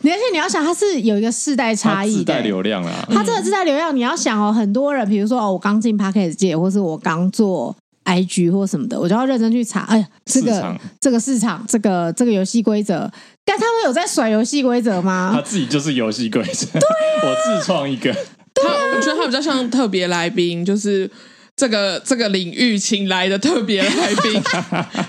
[SPEAKER 4] 你而且你要想，它是有一个世代差
[SPEAKER 1] 他
[SPEAKER 4] 异
[SPEAKER 1] 自
[SPEAKER 4] 的、
[SPEAKER 1] 带
[SPEAKER 4] 欸。
[SPEAKER 1] 流量啊，
[SPEAKER 4] 它这个自带流量，你要想哦，很多人，比如说哦，我刚进 p a c k e t 界，或是我刚做 IG 或什么的，我就要认真去查。哎呀，这
[SPEAKER 1] 市
[SPEAKER 4] 个
[SPEAKER 1] 场
[SPEAKER 4] 这个市场，这个这个游戏规则，但他们有在甩游戏规则吗？
[SPEAKER 1] 他自己就是游戏规则， 我自创一个，
[SPEAKER 3] 他我觉得他比较像特别来宾，就是这个这个领域请来的特别来宾，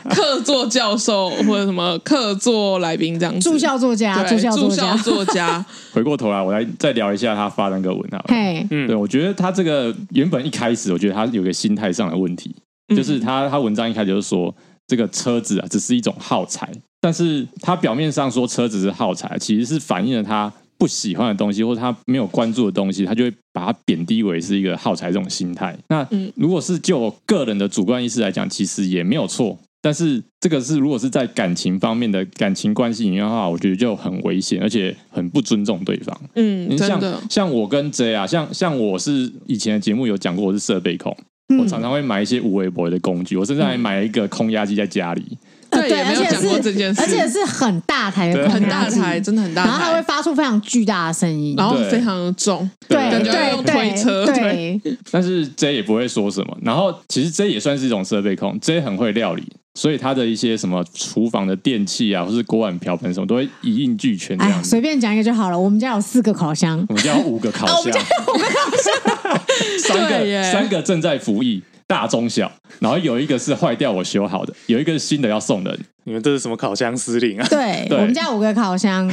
[SPEAKER 3] 客座教授或者什么客座来宾这样子。
[SPEAKER 4] 助教作家，
[SPEAKER 3] 对，
[SPEAKER 4] 助教
[SPEAKER 3] 助
[SPEAKER 4] 作家
[SPEAKER 3] 教，作家，
[SPEAKER 1] 回过头来，我来再聊一下他发那个文好了。
[SPEAKER 4] 嘿，
[SPEAKER 1] 对，我觉得他这个原本一开始，我觉得他有个心态上的问题，
[SPEAKER 3] 嗯
[SPEAKER 1] 就是他他文章一开始就说这个车子啊只是一种耗材，但是他表面上说车子是耗材，其实是反映了他不喜欢的东西或他没有关注的东西，他就会把它贬低为是一个耗材这种心态。那
[SPEAKER 3] 嗯
[SPEAKER 1] 如果是就我个人的主观意识来讲，其实也没有错。但是这个是如果是在感情方面的感情关系里面的话，我觉得就很危险，而且很不尊重对方。
[SPEAKER 3] 嗯，
[SPEAKER 1] 你
[SPEAKER 3] 真
[SPEAKER 1] 像
[SPEAKER 3] 的，
[SPEAKER 1] 像我跟 J 啊，像像我是以前的节目有讲过，我是设备控，我常常会买一些无微博的工具，我甚至还买了一个空压机在家里。
[SPEAKER 4] 呃
[SPEAKER 3] 对
[SPEAKER 4] 对，
[SPEAKER 3] 也没
[SPEAKER 4] 而
[SPEAKER 3] 有
[SPEAKER 4] 且
[SPEAKER 3] 讲过
[SPEAKER 4] 是
[SPEAKER 3] 这件事
[SPEAKER 4] 而且是很大台的
[SPEAKER 1] 对
[SPEAKER 4] 空
[SPEAKER 3] 很大
[SPEAKER 4] 压机
[SPEAKER 3] 台，真的很大
[SPEAKER 4] 然后它会
[SPEAKER 3] 台，
[SPEAKER 4] 发出非常巨大的声音，
[SPEAKER 3] 然后
[SPEAKER 1] 对
[SPEAKER 3] 非常重，
[SPEAKER 4] 对
[SPEAKER 1] 感
[SPEAKER 4] 对
[SPEAKER 1] 觉要
[SPEAKER 4] 对
[SPEAKER 3] 用推车
[SPEAKER 4] 对，
[SPEAKER 1] 但是 J 也不会说什么。然后其实 J 也算是一种设备控，J 很会料理，所以他的一些什么厨房的电器啊，或是锅碗瓢盆什么，都会一应俱全这
[SPEAKER 4] 哎呀，
[SPEAKER 1] 样子。
[SPEAKER 4] 随便讲一个就好了。我们家有四个烤箱，
[SPEAKER 1] 我们家有五个烤箱， 三
[SPEAKER 3] 对耶
[SPEAKER 1] 个三个正在服役，大中小，然后有一个是坏掉我修好的，有一个是新的要送人。
[SPEAKER 2] 你们这是什么烤箱司令啊？
[SPEAKER 4] 对
[SPEAKER 1] 对
[SPEAKER 4] 我们家五个 烤箱，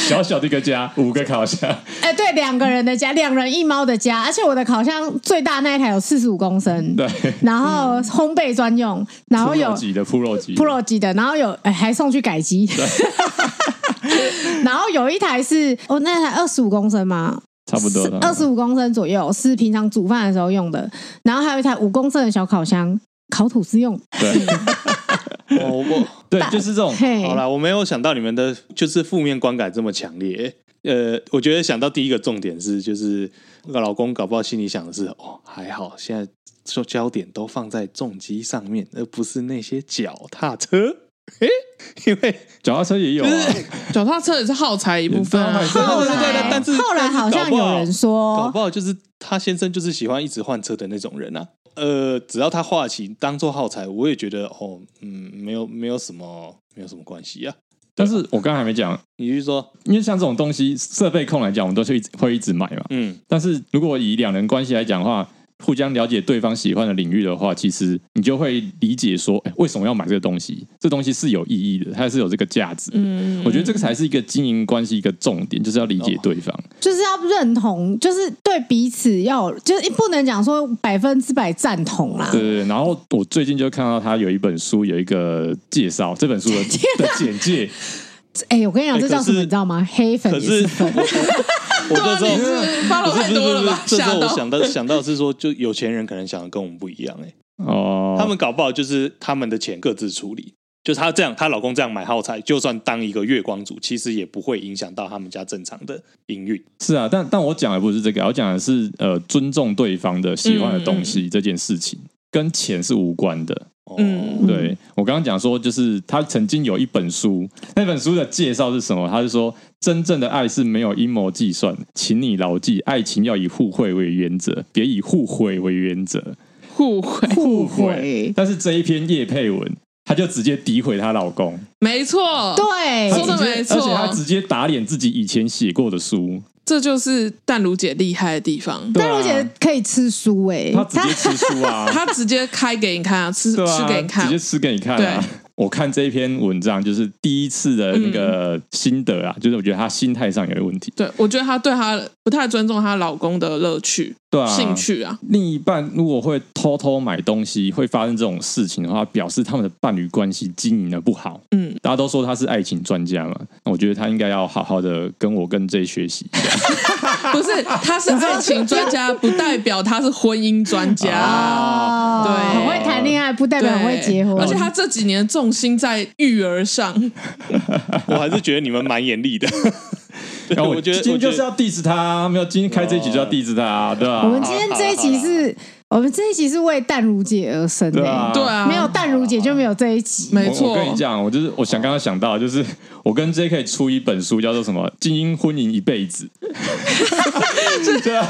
[SPEAKER 1] 小小的一个家，五个烤箱，
[SPEAKER 4] 哎，对，两个人的家，两人一猫的家，而且我的烤箱最大那一台有四十五公升，
[SPEAKER 1] 对，
[SPEAKER 4] 然后烘焙专用，然后有
[SPEAKER 1] Pro 级的 Pro 级的
[SPEAKER 4] Pro 级的，然后有、哎还送去改机， 然后有一台是哦，那台二十五公升吗？
[SPEAKER 1] 差不多
[SPEAKER 4] 二十五公升左右，是平常煮饭的时候用的。然后还有一台五公升的小烤箱，烤吐司用。
[SPEAKER 1] 对
[SPEAKER 2] 哦我
[SPEAKER 1] 对，就是这种
[SPEAKER 4] 嘿，
[SPEAKER 2] 好啦，我没有想到你们的就是负面观感这么强烈。呃，我觉得想到第一个重点是，就是那个老公搞不好心里想的是，哦，还好现在说焦点都放在重机上面，而不是那些脚踏车。 诶，因为
[SPEAKER 1] 脚踏车也有啊，
[SPEAKER 3] 脚踏车也是耗材一部分啊
[SPEAKER 1] 也是耗材
[SPEAKER 4] 后
[SPEAKER 2] 对对对
[SPEAKER 4] 来
[SPEAKER 2] 对但是
[SPEAKER 4] 后来好像有人
[SPEAKER 2] 搞
[SPEAKER 4] 说，
[SPEAKER 2] 不好就是他先生就是喜欢一直换车的那种人啊。呃，只要他画起当做耗材，我也觉得哦，嗯，没有没有什么没有什么关系啊。
[SPEAKER 1] 但是我刚才还没讲，
[SPEAKER 2] 你是说，
[SPEAKER 1] 因为像这种东西设备控来讲，我们都是一直会一直买嘛。
[SPEAKER 2] 嗯，
[SPEAKER 1] 但是如果以两人关系来讲的话，互相了解对方喜欢的领域的话，其实你就会理解说，哎，为什么要买这个东西？这东西是有意义的，它是有这个价值。
[SPEAKER 3] 嗯，
[SPEAKER 1] 我觉得这个才是一个经营关系一个重点，就是要理解对方。
[SPEAKER 4] 就是要认同，就是对彼此要有，就是不能讲说百分之百赞同啦。
[SPEAKER 1] 对对对，然后我最近就看到他有一本书有一个介绍，这本 书的的简介，
[SPEAKER 4] 哎，我跟你讲，
[SPEAKER 2] 哎
[SPEAKER 4] 这叫
[SPEAKER 2] 可
[SPEAKER 4] 什
[SPEAKER 2] 是
[SPEAKER 4] 么？你知道吗？黑粉
[SPEAKER 2] 可
[SPEAKER 4] 也
[SPEAKER 2] 是
[SPEAKER 4] 是
[SPEAKER 2] 我
[SPEAKER 4] 粉。
[SPEAKER 2] 我我这时
[SPEAKER 3] 对啊， 你
[SPEAKER 2] 候。
[SPEAKER 3] 是 follow
[SPEAKER 2] 不
[SPEAKER 3] 太
[SPEAKER 2] 是不是
[SPEAKER 3] 多了
[SPEAKER 2] 不
[SPEAKER 3] 吧？
[SPEAKER 2] 是，这时
[SPEAKER 3] 吓
[SPEAKER 2] 候我
[SPEAKER 3] 到，
[SPEAKER 2] 想到想到是说，就有钱人可能想的跟我们不一样哎、
[SPEAKER 1] 哦，
[SPEAKER 2] 他们搞不好就是他们的钱各自处理。就是她这样，她老公这样买耗材，就算当一个月光族，其实也不会影响到他们家正常的营运。
[SPEAKER 1] 是啊，但但我讲的不是这个，我讲的是呃尊重对方的喜欢的东西这件事情，跟钱是无关的。
[SPEAKER 2] 哦
[SPEAKER 3] 嗯
[SPEAKER 1] 对我刚刚讲说，就是他曾经有一本书，那本书的介绍是什么？他是说，真正的爱是没有阴谋计算，请你牢记，爱情要以互惠为原则，别以互毁为原则。
[SPEAKER 3] 互惠，
[SPEAKER 1] 互
[SPEAKER 4] 毁
[SPEAKER 1] 但是这一篇叶佩文，她就直接诋毁她老公，
[SPEAKER 3] 没错，
[SPEAKER 4] 对
[SPEAKER 1] 她
[SPEAKER 3] 说得
[SPEAKER 1] 直接
[SPEAKER 3] 没错
[SPEAKER 1] 而且她直接打脸自己以前写过的书，
[SPEAKER 3] 这就是淡如姐厉害的地方。
[SPEAKER 1] 对
[SPEAKER 4] 但我姐
[SPEAKER 1] 啊，
[SPEAKER 4] 可以吃书哎、
[SPEAKER 1] 她直接吃书啊，
[SPEAKER 3] 她直接开给你看啊，吃、
[SPEAKER 1] 对啊，
[SPEAKER 3] 吃给你看
[SPEAKER 1] 直接，吃给你看啊
[SPEAKER 3] 对。
[SPEAKER 1] 我看这一篇文章，就是第一次的那个
[SPEAKER 3] 嗯
[SPEAKER 1] 心得啊，就是我觉得她心态上有点问题，
[SPEAKER 3] 对，我觉得她对她不太尊重她老公的乐趣、
[SPEAKER 1] 对啊，
[SPEAKER 3] 兴趣 啊，
[SPEAKER 1] 另一半如果会偷偷买东西，会发生这种事情的话，表示他们的伴侣关系经营的不好。
[SPEAKER 3] 嗯，
[SPEAKER 1] 大家都说他是爱情专家嘛，那我觉得他应该要好好的跟我跟 J 学习。
[SPEAKER 3] 不是，她是爱情专家，不代表她是婚姻专家。
[SPEAKER 1] 啊
[SPEAKER 4] 哦
[SPEAKER 3] 对
[SPEAKER 4] 很会谈恋爱不代
[SPEAKER 3] 对，
[SPEAKER 4] 表很会结婚，
[SPEAKER 3] 而且她这几年重心在育儿上，
[SPEAKER 2] 我还是觉得你们蛮严厉 的。对
[SPEAKER 1] 然后
[SPEAKER 2] 我觉得
[SPEAKER 1] 今天就是
[SPEAKER 2] 我
[SPEAKER 1] 要 diss 他，没有今天开这一集就要 diss 他，对吧、啊
[SPEAKER 4] 我们今天这一集是，我们这一集是为淡如姐而生的、欸
[SPEAKER 1] 对啊
[SPEAKER 3] 对啊，
[SPEAKER 4] 没有淡如姐就没有这一集。
[SPEAKER 3] 没
[SPEAKER 1] 我
[SPEAKER 3] 错
[SPEAKER 1] 我跟你讲，我就是我想刚刚想到，就是我跟 J 可以出一本书，叫做什 么《精英婚姻一辈子》，对啊，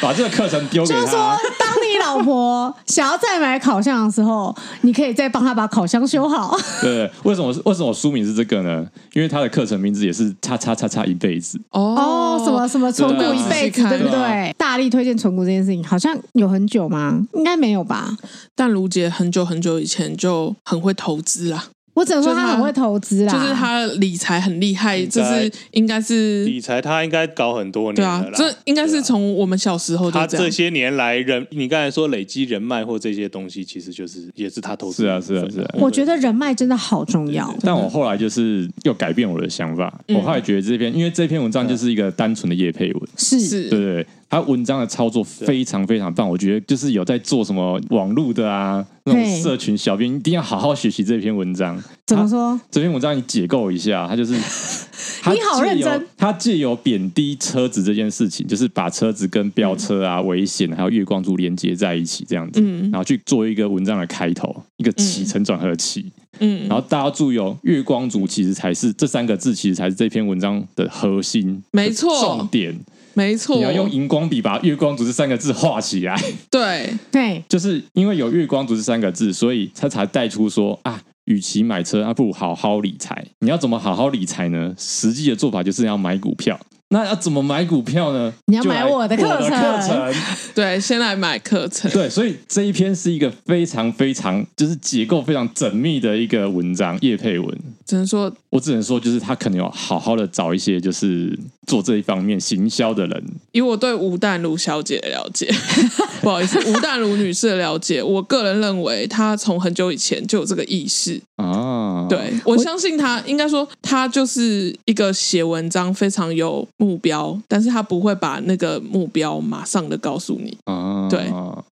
[SPEAKER 1] 把这个课程丢给
[SPEAKER 4] 就是
[SPEAKER 1] 他
[SPEAKER 4] 说。，当你老婆想要再买烤箱的时候，你可以再帮她把烤箱修好。
[SPEAKER 1] 对，为什么为什么书名是这个呢？因为他的课程名字也是“叉叉叉叉一辈子
[SPEAKER 4] 哦
[SPEAKER 3] 哦，
[SPEAKER 4] 什么什么存股一辈子，
[SPEAKER 3] 对啊
[SPEAKER 4] 对不
[SPEAKER 1] 对
[SPEAKER 4] 对？大力推荐存股这件事情，好像有很久吗？应该没有吧。
[SPEAKER 3] 但卢姐很久很久以前就很会投资啦，
[SPEAKER 4] 我只能说她很会投资啦，
[SPEAKER 3] 就是她理财很厉害，这是应该是
[SPEAKER 2] 理财，他应该搞很多
[SPEAKER 3] 对
[SPEAKER 2] 年
[SPEAKER 3] 啊
[SPEAKER 2] 了，啦。
[SPEAKER 3] 这应该是从我们小时候
[SPEAKER 2] 他
[SPEAKER 3] 就
[SPEAKER 2] 这
[SPEAKER 3] 样。
[SPEAKER 2] 些年来人，你刚才说累积人脉或这些东西，其实就是也是他投”。资
[SPEAKER 1] 是
[SPEAKER 2] 的
[SPEAKER 1] 啊，
[SPEAKER 2] 一
[SPEAKER 1] 是
[SPEAKER 2] 部分。
[SPEAKER 1] 啊，是啊。
[SPEAKER 4] 我觉得人脉真的好重要。
[SPEAKER 1] 但我后来就是又改变我的想法，
[SPEAKER 4] 嗯
[SPEAKER 1] 我后来觉得这篇，因为这篇文章就是一个单纯的叶配文，
[SPEAKER 4] 是
[SPEAKER 3] 是
[SPEAKER 1] 对对对，他文章的操作非常非常棒，我觉得就是有在做什么网络的啊，那
[SPEAKER 4] 嘿
[SPEAKER 1] 种社群小编一定要好好学习这篇文章。
[SPEAKER 4] 怎么说？
[SPEAKER 1] 这篇文章你解构一下，它就是它
[SPEAKER 4] 你好
[SPEAKER 1] 借
[SPEAKER 4] 认
[SPEAKER 1] 由
[SPEAKER 4] 真，
[SPEAKER 1] 它借由贬低车子这件事情，就是把车子跟飙车啊、危险还有月光族连接在一起这样子，
[SPEAKER 3] 嗯
[SPEAKER 1] 然后去做一个文章的开头，一个起承转合的起。
[SPEAKER 3] 嗯
[SPEAKER 1] 然后大家注意哦，月光族其实才是这三个字，其实才是这篇文章的核心，
[SPEAKER 3] 没错
[SPEAKER 1] 重点。
[SPEAKER 3] 没错
[SPEAKER 1] 你，要用荧光笔把“月光族”这三个字画起来，
[SPEAKER 3] 对，
[SPEAKER 4] 对，
[SPEAKER 1] 就是因为有“月光族”这三个字，所以他才带出说啊，与其买车，啊，不如好好理财。你要怎么好好理财呢？实际的做法就是要买股票。那要怎么买股票呢？
[SPEAKER 4] 你要
[SPEAKER 1] 就来
[SPEAKER 4] 买我的课程
[SPEAKER 1] 课程。
[SPEAKER 3] 对，先来买课程，
[SPEAKER 1] 对，所以这一篇是一个非常非常就是结构非常缜密的一个文章，叶佩文。
[SPEAKER 3] 只能说
[SPEAKER 1] 我只能说，就是他可能有好好的找一些就是做这一方面行销的人，
[SPEAKER 3] 以我对吴淡如小姐的了解， 不好意思，吴淡如女士的了解，我个人认为她从很久以前就有这个意识。
[SPEAKER 1] 啊，
[SPEAKER 3] 对我相信她，应该说她就是一个写文章非常有目标，但是她不会把那个目标马上的告诉你。
[SPEAKER 1] 啊，
[SPEAKER 3] 对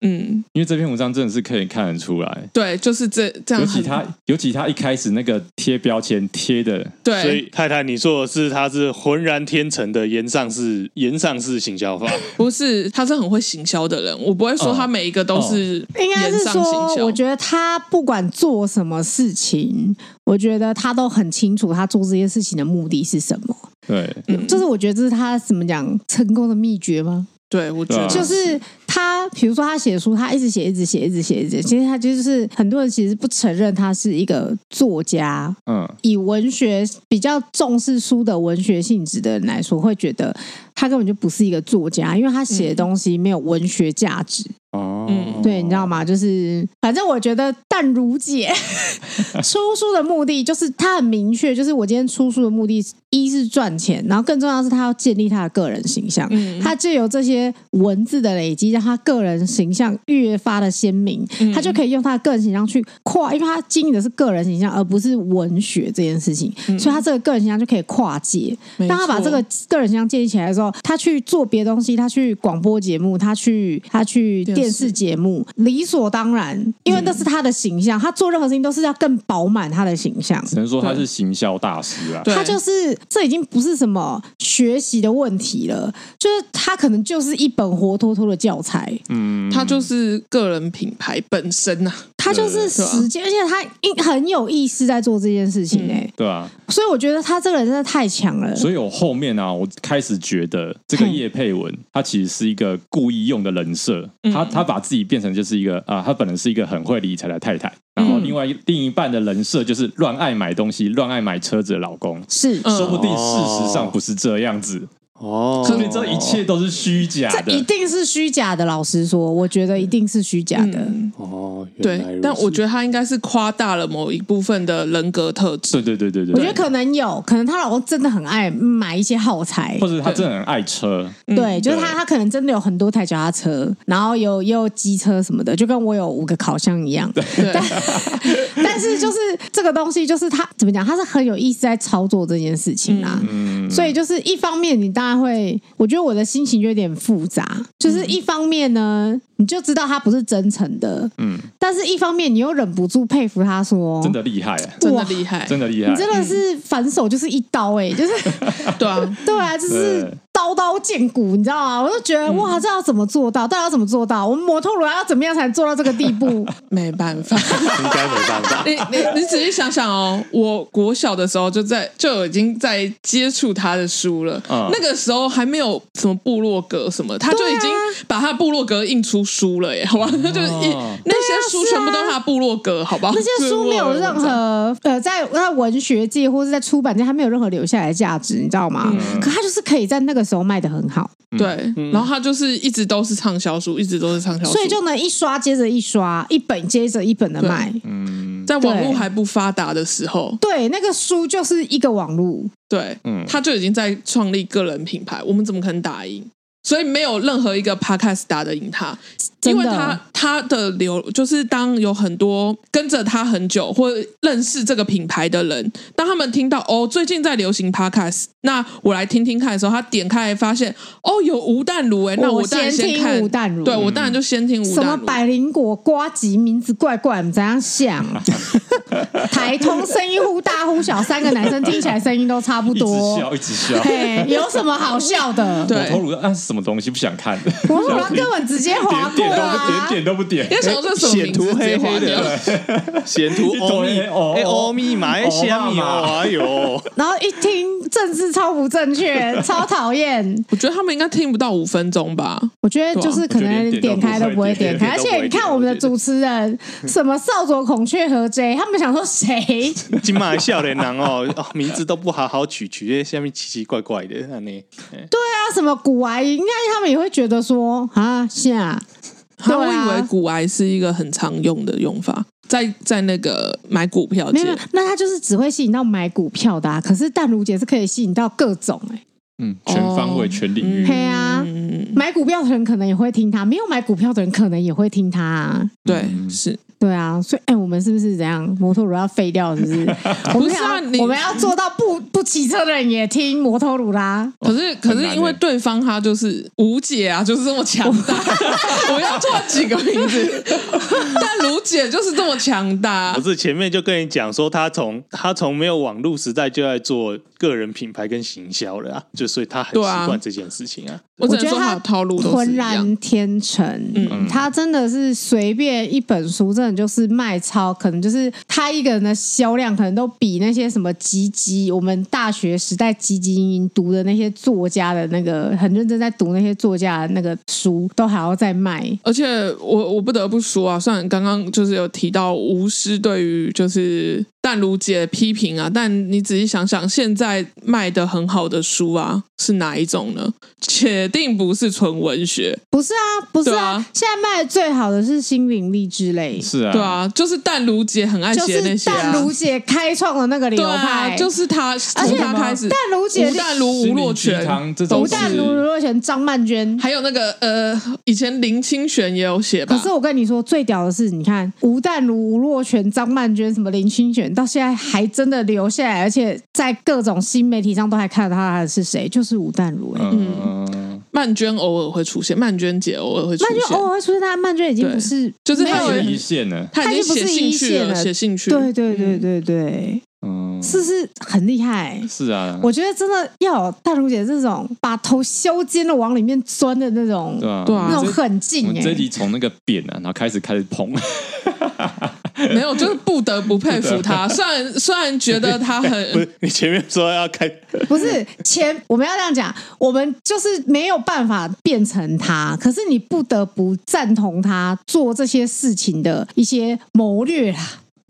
[SPEAKER 3] 嗯，
[SPEAKER 1] 因为这篇文章真的是可以看得出来，
[SPEAKER 3] 对，就是这这
[SPEAKER 4] 嗯
[SPEAKER 3] 样
[SPEAKER 1] 尤
[SPEAKER 3] 很。
[SPEAKER 1] 其他尤其他一开始那个贴标签贴的，
[SPEAKER 2] 所
[SPEAKER 3] 对，
[SPEAKER 2] 以太太，你说的是他是浑然天成的延上式延上式行销法，
[SPEAKER 3] 不是她是很会行销的人，我不会
[SPEAKER 1] 哦
[SPEAKER 3] 说她每一个都是
[SPEAKER 4] 应该是
[SPEAKER 3] 言上行
[SPEAKER 4] 说，
[SPEAKER 3] 销
[SPEAKER 4] 我觉得她不管做什么事情，我觉得她都很清楚她做这些事情的目的是什么。
[SPEAKER 1] 对，
[SPEAKER 3] 嗯
[SPEAKER 4] 就是我觉得这是她怎么讲成功的秘诀吗？
[SPEAKER 3] 对，我觉得
[SPEAKER 1] 对啊
[SPEAKER 4] 就是他，比如说他写书，他一直写，一直写，一直写，一直写。其实他就是很多人其实不承认他是一个作家。
[SPEAKER 1] 嗯，
[SPEAKER 4] 以文学比较重视书的文学性质的人来说，会觉得他根本就不是一个作家，因为他写的东西没有文学价值。
[SPEAKER 1] 哦，
[SPEAKER 3] 嗯
[SPEAKER 4] 对，你知道吗？就是反正我觉得淡如姐 出书的目的就是她很明确，就是我今天出书的目的，一是赚钱，然后更重要的是她要建立她的个人形象。
[SPEAKER 3] 嗯
[SPEAKER 4] 她借由这些文字的累积，让她个人形象越发的鲜明，
[SPEAKER 3] 嗯
[SPEAKER 4] 她就可以用她的个人形象去跨，因为她经营的是个人形象，而不是文学这件事情，所以她这个个人形象就可以跨界。
[SPEAKER 3] 嗯没
[SPEAKER 4] 当她把
[SPEAKER 3] 错
[SPEAKER 4] 这个个人形象建立起来的时候，后，他去做别的东西，他去广播节目，他去他去
[SPEAKER 3] 电视
[SPEAKER 4] 电视节目，理所当然，因
[SPEAKER 1] 嗯
[SPEAKER 4] 为那是他的形象，他做任何事情都是要更饱满他的形象。
[SPEAKER 1] 只能说他是行销大师啊。
[SPEAKER 3] 对
[SPEAKER 4] 他就是这已经不是什么学习的问题了，就是他可能就是一本活脱脱的教材，
[SPEAKER 1] 嗯，
[SPEAKER 3] 他就是个人品牌本身呐、
[SPEAKER 4] 他就是
[SPEAKER 3] 对啊
[SPEAKER 4] 时间，而且他一很有意识在做这件事情哎、
[SPEAKER 1] 对啊，
[SPEAKER 4] 所以我觉得他这个人真的太强了。
[SPEAKER 1] 所以我后面啊，我开始觉得这个叶佩文他其实是一个故意用的人设，
[SPEAKER 4] 嗯
[SPEAKER 1] 他他把自己变成就是一个啊，他本人是一个很会理财的太太，然
[SPEAKER 4] 嗯
[SPEAKER 1] 后另外一另一半的人设就是乱爱买东西、乱爱买车子的老公，
[SPEAKER 4] 是，
[SPEAKER 3] 嗯
[SPEAKER 1] 说不定事实上不是这样子，
[SPEAKER 2] 哦，
[SPEAKER 1] 说明这一切都是虚假
[SPEAKER 4] 这一
[SPEAKER 1] 的。
[SPEAKER 4] 定是虚假的。老实说，我觉得一定是虚假的。
[SPEAKER 3] 嗯，
[SPEAKER 2] 哦，原来
[SPEAKER 3] 对
[SPEAKER 2] 如。
[SPEAKER 3] 但我觉得
[SPEAKER 2] 得
[SPEAKER 3] 他应该是夸大了某一部分的人格特质
[SPEAKER 1] 对。对对对对，
[SPEAKER 4] 我觉得可能有可能她老公真的很爱买一些耗材
[SPEAKER 1] 或。者他真的很爱车，
[SPEAKER 4] 对，就是他，
[SPEAKER 1] 嗯对
[SPEAKER 4] 他可能真的有很多台脚踏车，然后有也有机车什么的，就跟我有五个烤箱一样。
[SPEAKER 3] 对，
[SPEAKER 4] 但是就是这个东西，就是他怎么讲，他是很有意思在操作这件事情啦。
[SPEAKER 1] 嗯，
[SPEAKER 4] 所以就是一方面，你当然会，我觉得我的心情就有点复杂。就是一方面呢，你就知道他不是真诚的，
[SPEAKER 1] 嗯，
[SPEAKER 4] 但是一方面你又忍不住佩服他说，
[SPEAKER 1] 真的嗯厉害，
[SPEAKER 3] 真的厉害，
[SPEAKER 1] 真的厉害
[SPEAKER 4] 你，真的是反手就是一刀哎、就是
[SPEAKER 3] 对啊，
[SPEAKER 4] 对啊，就是
[SPEAKER 1] 对
[SPEAKER 4] 刀刀见骨，你知道吗？我就觉得哇，这要怎么做到？到底要怎么做到？我们摩托罗拉要怎么样才能做到这个地步？
[SPEAKER 3] 没办法。。
[SPEAKER 2] 应该没办法
[SPEAKER 3] 你你你仔细想想哦，我国小的时候就在就已经在接触他的书了，
[SPEAKER 1] 嗯
[SPEAKER 3] 那个时候还没有什么部落格什么，他就
[SPEAKER 4] 对啊
[SPEAKER 3] 已经把他部落格印出书了耶，好吧？ 就是一那些书
[SPEAKER 4] 是啊
[SPEAKER 3] 全部都是他部落格，好吧？
[SPEAKER 4] 那些书没有任何呃，在在文学界或是在出版界，它没有任何留下来的价值，你知道吗？可它就是可以在那个时候卖的很好，
[SPEAKER 3] 对，然后他就是一直都是畅销书，一直都是畅销书，
[SPEAKER 4] 嗯所以就能一刷接着一刷，一本接着一本的卖。
[SPEAKER 1] 嗯
[SPEAKER 3] 在网络
[SPEAKER 4] 对
[SPEAKER 3] 还不发达的时候，
[SPEAKER 4] 对，那个书就是一个网路，
[SPEAKER 3] 对，
[SPEAKER 1] 嗯
[SPEAKER 3] 他就已经在创立个人品牌，我们怎么可能打赢？所以没有任何一个 podcast 打得赢他，
[SPEAKER 4] 真
[SPEAKER 3] 因
[SPEAKER 4] 的
[SPEAKER 3] 为他他的流就是当有很多跟着他很久或认识这个品牌的人，当他们听到哦最近在流行 podcast，那我来听听看的时候，他点开来发现哦有吴淡如哎，那
[SPEAKER 4] 我
[SPEAKER 3] 当然
[SPEAKER 4] 先听
[SPEAKER 3] 看
[SPEAKER 4] 吴淡如
[SPEAKER 3] 对我当然就先听吴
[SPEAKER 4] 什么
[SPEAKER 3] 淡如。
[SPEAKER 4] 百灵果、瓜吉，名字怪怪，怎样想？啊台通声音忽大忽小，三个男生听起来声音都差不
[SPEAKER 1] 一直
[SPEAKER 4] 多。
[SPEAKER 1] 笑一直笑，
[SPEAKER 4] 嘿，有什么好笑的？
[SPEAKER 3] 对
[SPEAKER 1] 我头颅那是什么东西不想看，
[SPEAKER 4] 我说我要根本直接划
[SPEAKER 1] 点点都
[SPEAKER 4] 过
[SPEAKER 1] 不
[SPEAKER 4] 啊
[SPEAKER 1] 点！点都不点
[SPEAKER 3] 因，为想说这什么名
[SPEAKER 2] 显
[SPEAKER 3] 字
[SPEAKER 2] 图
[SPEAKER 3] 直接
[SPEAKER 2] 黑黑
[SPEAKER 3] 划掉
[SPEAKER 2] 的，显 图
[SPEAKER 1] 一
[SPEAKER 2] 欧
[SPEAKER 1] 头
[SPEAKER 2] 米
[SPEAKER 1] 黑哦
[SPEAKER 2] 哎欧米马来西亚米
[SPEAKER 1] 哦
[SPEAKER 2] 哦，哎呦，
[SPEAKER 4] 然后一听政治超不正确，超讨厌。
[SPEAKER 3] 我觉得他们应该听不到五分钟吧。
[SPEAKER 4] 我觉得就是可能点开都不会点开，
[SPEAKER 2] 我
[SPEAKER 4] 而
[SPEAKER 2] 觉
[SPEAKER 4] 且
[SPEAKER 2] 得连
[SPEAKER 4] 你
[SPEAKER 2] 点都不会点
[SPEAKER 4] 看我们的主持人什么少佐、孔雀和 J，他们想说谁？
[SPEAKER 2] 金马笑脸人哦， 哦名字都不好好取，取些下面奇奇怪怪的，那你
[SPEAKER 4] 那什么古玩，应该他们也会觉得说啊，下
[SPEAKER 3] 他
[SPEAKER 4] 对
[SPEAKER 3] 我
[SPEAKER 4] 啊
[SPEAKER 3] 以为股癌是一个很常用的用法，在在那个买股票
[SPEAKER 4] 没
[SPEAKER 3] 界
[SPEAKER 4] 有，没有，那他就是只会吸引到买股票的、啊，可是淡如姐是可以吸引到各种哎、
[SPEAKER 1] 嗯，全方位全领域
[SPEAKER 4] 嘿，啊，
[SPEAKER 3] 嗯
[SPEAKER 4] 买股票的人可能也会听他，没有买股票的人可能也会听他、啊。
[SPEAKER 3] 对，是
[SPEAKER 4] 对啊，所以哎、我们是不是怎样？摩托罗要废掉是不 是？我们
[SPEAKER 3] 不是啊
[SPEAKER 4] 想
[SPEAKER 3] 你
[SPEAKER 4] 要我们要做到不不骑车的人也听摩托罗拉。
[SPEAKER 3] 可是可是因为对方他就是吴姐啊，就是这么强大，欸 我要错几个名字，但卢姐就是这么强大
[SPEAKER 2] 不，是前面就跟你讲说，他从他从没有网络时代就在做个人品牌跟行销了啊，就所以他很
[SPEAKER 3] 对啊
[SPEAKER 2] 习惯这件事情啊。
[SPEAKER 3] 我只
[SPEAKER 4] 我觉
[SPEAKER 3] 能
[SPEAKER 4] 得
[SPEAKER 3] 说他的套路都是
[SPEAKER 4] 浑
[SPEAKER 3] 一样。
[SPEAKER 4] 然天成，
[SPEAKER 3] 嗯
[SPEAKER 4] 他真的是随便一本书，真的就是卖超，可能就是他一个人的销量，可能都比那些什么积极，我们大学时代积极营营读的那些作家的那个很认真在读那些作家的那个书，都还要再卖。
[SPEAKER 3] 而且我我不得不说啊，虽然刚刚就是有提到吴师对于就是淡如姐的批评啊，但你仔细想想，现在卖的很好的书啊是哪一种呢？铁定不是纯文学，
[SPEAKER 4] 不是啊，不是
[SPEAKER 3] 对
[SPEAKER 4] 啊，
[SPEAKER 3] 啊
[SPEAKER 4] 现在卖的最好的是心灵励志类，
[SPEAKER 1] 是啊，
[SPEAKER 3] 对，啊，就是淡如姐很爱
[SPEAKER 4] 就
[SPEAKER 3] 写那
[SPEAKER 4] 是
[SPEAKER 3] 些、啊，
[SPEAKER 4] 淡如姐开创的那个
[SPEAKER 3] 对
[SPEAKER 4] 流
[SPEAKER 3] 啊，
[SPEAKER 4] 派，
[SPEAKER 3] 就是她，
[SPEAKER 4] 而
[SPEAKER 3] 从
[SPEAKER 4] 且
[SPEAKER 3] 她开始，
[SPEAKER 4] 淡如姐
[SPEAKER 3] 吴淡如、吴若
[SPEAKER 1] 心灵鸡
[SPEAKER 3] 权
[SPEAKER 1] 汤这种
[SPEAKER 4] 吴
[SPEAKER 1] 是
[SPEAKER 4] 淡如、卢若璇、张曼娟，
[SPEAKER 3] 还有那个呃，以前林清玄也有写吧，
[SPEAKER 4] 可是我跟你说，最屌的是，你看吴淡如、吴若权、张曼娟、什么林清玄，到现在还真的留下来，而且在各种新媒体上都还看得到他的是谁，就是吴淡如、欸。
[SPEAKER 2] 嗯，
[SPEAKER 3] 曼娟偶尔会出现，曼娟姐偶尔会出
[SPEAKER 4] 曼娟
[SPEAKER 3] 现，
[SPEAKER 4] 偶尔会出现，但曼娟已经
[SPEAKER 3] 对
[SPEAKER 4] 不是，
[SPEAKER 3] 就是
[SPEAKER 4] 没
[SPEAKER 3] 他
[SPEAKER 4] 有
[SPEAKER 3] 有
[SPEAKER 1] 是
[SPEAKER 4] 人
[SPEAKER 1] 一线呢。
[SPEAKER 3] 她
[SPEAKER 4] 她已
[SPEAKER 3] 已
[SPEAKER 4] 经
[SPEAKER 3] 经
[SPEAKER 4] 不
[SPEAKER 3] 写
[SPEAKER 4] 是一
[SPEAKER 3] 兴趣
[SPEAKER 4] 线
[SPEAKER 3] 了，
[SPEAKER 4] 了
[SPEAKER 3] 写兴趣，
[SPEAKER 4] 对对对对对，
[SPEAKER 1] 嗯，
[SPEAKER 4] 是是很厉害。
[SPEAKER 1] 是啊，
[SPEAKER 4] 我觉得真的要有大如姐这种把头削尖了往里面钻的那种
[SPEAKER 1] 对啊，
[SPEAKER 3] 对啊
[SPEAKER 4] 那种
[SPEAKER 1] 我
[SPEAKER 4] 狠
[SPEAKER 1] 们
[SPEAKER 4] 劲哎、
[SPEAKER 1] 这一集从那个扁啊，然后开始开始捧，
[SPEAKER 3] 没有，就是不得不佩服她。虽然虽然觉得她
[SPEAKER 2] 不
[SPEAKER 3] 很
[SPEAKER 2] 是你前面说要开，
[SPEAKER 4] 不是前我们要这样讲，我们就是没有办法变成他，可是你不得不赞同他做这些事情的一些谋略啦。